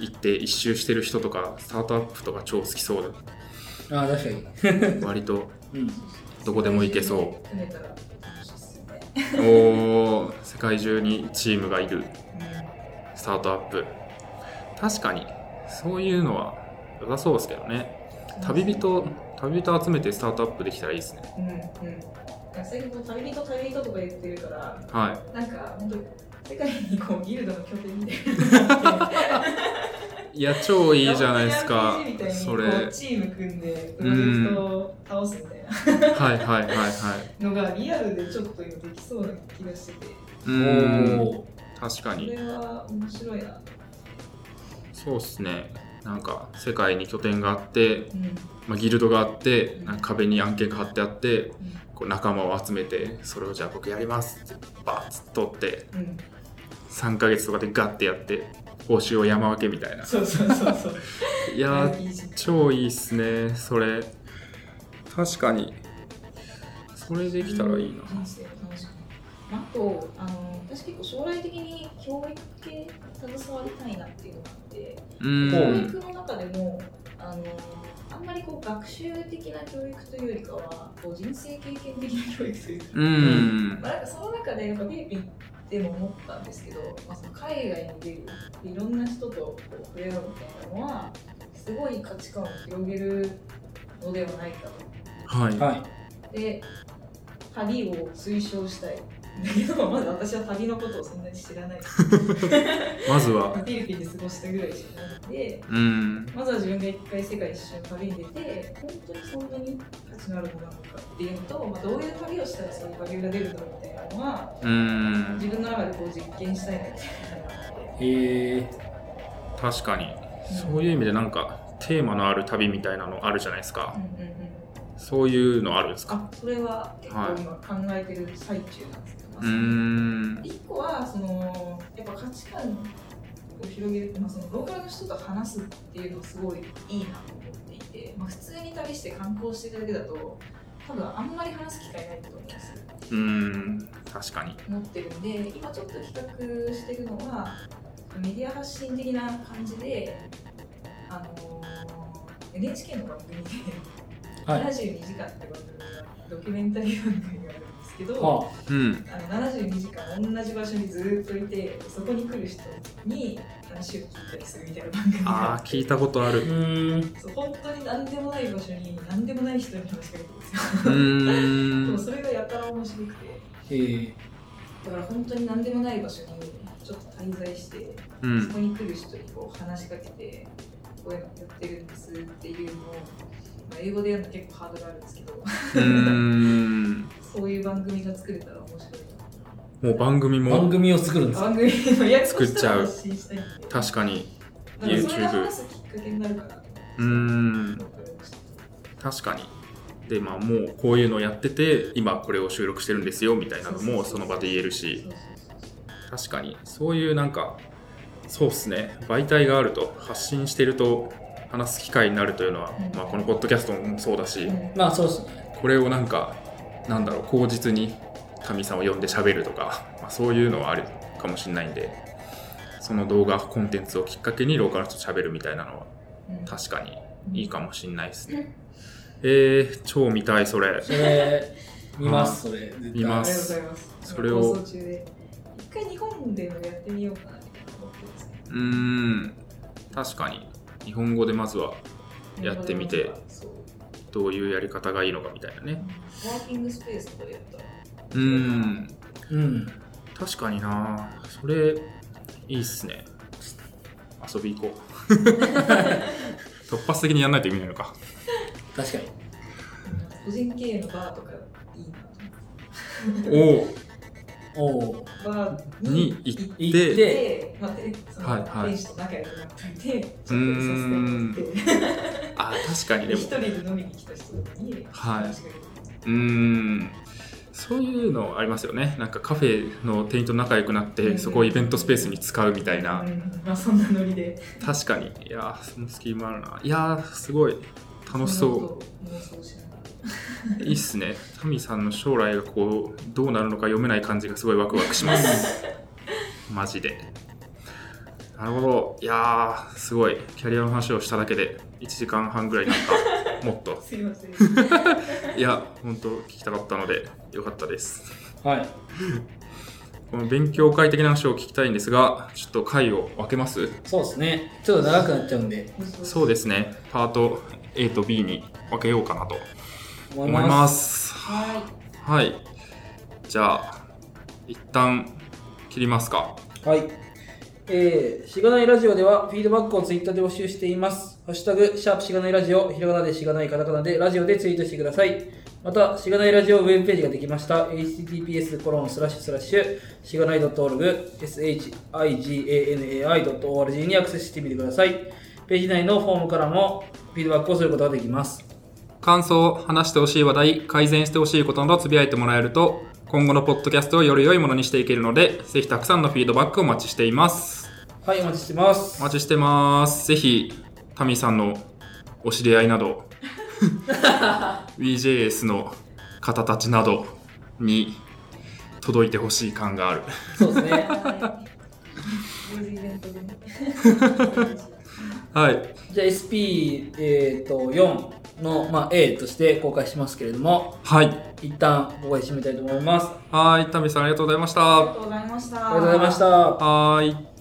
Speaker 3: 行って一周してる人とか、スタートアップとか超好きそう
Speaker 2: どああ確かに
Speaker 3: で、割と
Speaker 2: うん
Speaker 3: どこでも行けそう
Speaker 4: 組めたら楽しいっすよね。
Speaker 3: う。おー、世界中にチームがいる。
Speaker 4: う
Speaker 3: スタートアップ確かにそういうのは良さそうですけどね
Speaker 4: ん
Speaker 3: 旅。人旅人集めてスタートアップできたらいいですね
Speaker 4: うんうん。最近もう旅人旅人とか言ってるから、
Speaker 3: は
Speaker 4: なんか本当に世界にこうギルドの拠点みたいな。
Speaker 3: いいや超いいじゃないですか
Speaker 4: RPG みたいに
Speaker 3: それ
Speaker 4: こ
Speaker 3: は
Speaker 4: う
Speaker 3: い
Speaker 4: チーム組んでプロジェクトを倒すみたいな
Speaker 3: はいはいはい
Speaker 4: のがリアルでちょっと今できそうな気がしてて、
Speaker 3: う
Speaker 2: お
Speaker 3: ーん
Speaker 2: ー
Speaker 3: 確か
Speaker 4: そ
Speaker 3: に
Speaker 4: れは面白いな。
Speaker 3: そうですねなんか世界に拠点があって、
Speaker 4: うん。
Speaker 3: まあ、ギルドがあってなんか壁に案件が貼ってあって
Speaker 4: うん
Speaker 3: こう仲間を集めてそれをじゃあ僕やりますってバッと取って
Speaker 4: うん。
Speaker 3: 3ヶ月とかでガッてやって報酬を山分けみたいな
Speaker 4: そうそうそうそう。
Speaker 3: いやー
Speaker 4: RPG
Speaker 3: 超いいっすねそれ確かにそれできたらいいな
Speaker 4: 人生楽しくあとあの私結構将来的に教育系に携わりたいなっていうのがあって、
Speaker 3: う
Speaker 4: 教
Speaker 3: ん
Speaker 4: 育の中でもあのあんまりこう学習的な教育というよりかはこう人生経験的な教育というか,、
Speaker 3: うん
Speaker 4: まあ、なんかその中でやっぱフィリピンでも思ったんですけど、まあ、その海外に出るいろんな人とこう触れ合うみたいなのはすごい価値観を広げるのではないかと
Speaker 3: はい
Speaker 2: はい
Speaker 4: で旅を推奨したいだけどまだ私は旅のことをそんなに知らないフ
Speaker 3: まずは
Speaker 4: ィリピンで過ごしたぐらいしかないので
Speaker 3: うん
Speaker 4: まずは自分が一回世界一周の旅に出て本当にそんなに価値のあるものなのかっていうのと、まあ、どういう旅をしたらそういうバリューが出るんだろうみたいなのは
Speaker 3: うん
Speaker 4: 自分の中でこう実験したいなって
Speaker 2: へえ
Speaker 3: 確かにそういう意味でなんかテーマのある旅みたいなのあるじゃないですか
Speaker 4: うんうんうん
Speaker 3: そういうのあるんですか
Speaker 4: あそれは結構今考えてる最中なんですけど、まあ
Speaker 3: うーん
Speaker 4: 一個はそのやっぱ価値観を広げる、まあ、そのローカルの人と話すっていうのがすごいいいなと思っていて、まあ、普通に旅して観光してるだけだと多分あんまり話す機会ないと思うんですよ
Speaker 3: うん確かに
Speaker 4: 思ってるんで今ちょっと企画してるのはメディア発信的な感じで、あの NHK の番組で 「
Speaker 2: はい
Speaker 4: 72時間」って番組がドキュメンタリー番組があるんですけど。
Speaker 2: は
Speaker 3: うん
Speaker 4: あの72時間同じ場所にずーっといてそこに来る人に話を聞いたりするみたいな番組があ
Speaker 3: あ
Speaker 4: っ
Speaker 3: ー
Speaker 4: て
Speaker 3: 聞いたことあ
Speaker 2: あう
Speaker 3: る
Speaker 2: ーん
Speaker 4: そう本当に何でもない場所に何でもない人に話しかけてるんですよ、
Speaker 3: う
Speaker 4: で
Speaker 3: ー
Speaker 4: も
Speaker 3: ん
Speaker 4: それがやたら面白くて
Speaker 2: へえ
Speaker 4: だから本当に何でもない場所にちょっと滞在して、
Speaker 3: う
Speaker 4: そ
Speaker 3: ん
Speaker 4: こに来る人にこう話しかけてこういうのやってるんですっていうのを、まあ、英語でやるの結構ハードルあるんですけど
Speaker 3: うーん
Speaker 4: そういう番組が作れたら面白いな
Speaker 3: もう番組
Speaker 2: 番
Speaker 3: も
Speaker 2: 組を作るんですよ
Speaker 4: 番組のやつ
Speaker 3: 作っちゃう
Speaker 4: 発信したいんで
Speaker 3: 確かに
Speaker 4: なんかそれが
Speaker 3: YouTube
Speaker 4: 話すきっかけになるかなと
Speaker 3: うーん確かにでまあもうこういうのやってて今これを収録してるんですよみたいなのもその場で言えるし
Speaker 4: そうそうそう
Speaker 3: 確かにそういうなんかそうっすね媒体があると発信してると話す機会になるというのは、
Speaker 4: うん
Speaker 3: まあ、このポッドキャストもそうだし
Speaker 4: そううん
Speaker 2: まあそうですね
Speaker 3: これをなんかなんだろう口実に神さんを呼んで喋るとか、まあ、そういうのはあるかもしれないんでその動画コンテンツをきっかけにローカルと喋るみたいなのは
Speaker 4: うん
Speaker 3: 確かにいいかもしれないですねえー、超見たいそれ
Speaker 2: それ見ますそれ絶対
Speaker 3: 見ま
Speaker 4: ありがとう
Speaker 3: す
Speaker 4: ございます。
Speaker 3: それを
Speaker 4: 放送中で一回日本でもやってみようかなって思ってます。
Speaker 3: うーん確かに日本語でまずはやってみて
Speaker 4: そう
Speaker 3: どういうやり方がいいのかみたいなね
Speaker 4: ワーキングスペースとかでやったら。
Speaker 3: うーん
Speaker 2: うん
Speaker 3: 確かになそれいいっすね遊び行こう突発的にやんないと意味ないの か
Speaker 2: 確かに
Speaker 4: 個人経営のバーとかいいなと
Speaker 3: おお
Speaker 2: おお
Speaker 4: 思って。バーに
Speaker 3: に行って
Speaker 2: 行って
Speaker 4: で、まあ、てその
Speaker 3: はいはい
Speaker 4: 店主と仲良くなっていて、
Speaker 3: ーん
Speaker 4: ちょっとさせてもらって
Speaker 3: あー確かにで も
Speaker 4: 一人で飲みに来た人に
Speaker 3: はい
Speaker 4: 話しかけて
Speaker 3: うーんそういうのありますよねなんかカフェの店員と仲良くなってそこをイベントスペースに使うみたいな
Speaker 4: うんまあ、そんなノリで。。
Speaker 3: 確かにいやーそのスキーもあるないやーすごい楽しそう
Speaker 4: 妄想しながら。
Speaker 3: ういいっすねタミさんの将来がこうどうなるのか読めない感じがすごいワクワクしますマジでなるほどいやーすごいキャリアの話をしただけで1時間半ぐらいになったもっと
Speaker 4: すいません。
Speaker 3: いや本当聞きたかったのでよかったです
Speaker 2: はい
Speaker 3: この勉強会的な話を聞きたいんですがちょっと回を分けます
Speaker 2: そうですねちょっと長くなっちゃうんで
Speaker 3: そうですねパート A と B に分けようかなと
Speaker 2: 思
Speaker 3: 思
Speaker 2: い
Speaker 3: い
Speaker 2: ます
Speaker 3: ます
Speaker 4: はい。
Speaker 3: はいじゃあ一旦切りますか
Speaker 2: はい。えー、しがないラジオではフィードバックをツイッターで募集しています。ハッシュタグ、シャープしがないラジオ、ひらがなでしがないカタカナでラジオでツイートしてください。また、しがないラジオウェブページができました。https コロンスラッシュスラッシュ、しがない .org、shiganai.org にアクセスしてみてください。ページ内のフォームからもフィードバックをすることができます。
Speaker 3: 感想話してほしい話題改善してほしいことなどつぶやいてもらえると今後のポッドキャストをより良いものにしていけるのでぜひたくさんのフィードバックをお待ちしています
Speaker 2: はい、お待ちしてます
Speaker 3: お。待ちしてますぜひタミさんのお知り合いなど VJS の方たちなどに届いてほしい感がある
Speaker 2: そうです ね。
Speaker 4: こういうイベントでね。
Speaker 3: はい
Speaker 2: じゃあ SP、えー、と4の、まあ、A として公開しますけれども、
Speaker 3: はい
Speaker 2: 一旦ここで締めたいと思います。
Speaker 3: はいタミさんありがとうございまし
Speaker 4: ありが
Speaker 3: た
Speaker 4: とうございまし
Speaker 2: あ
Speaker 4: た。
Speaker 2: りがとうございました。
Speaker 3: はい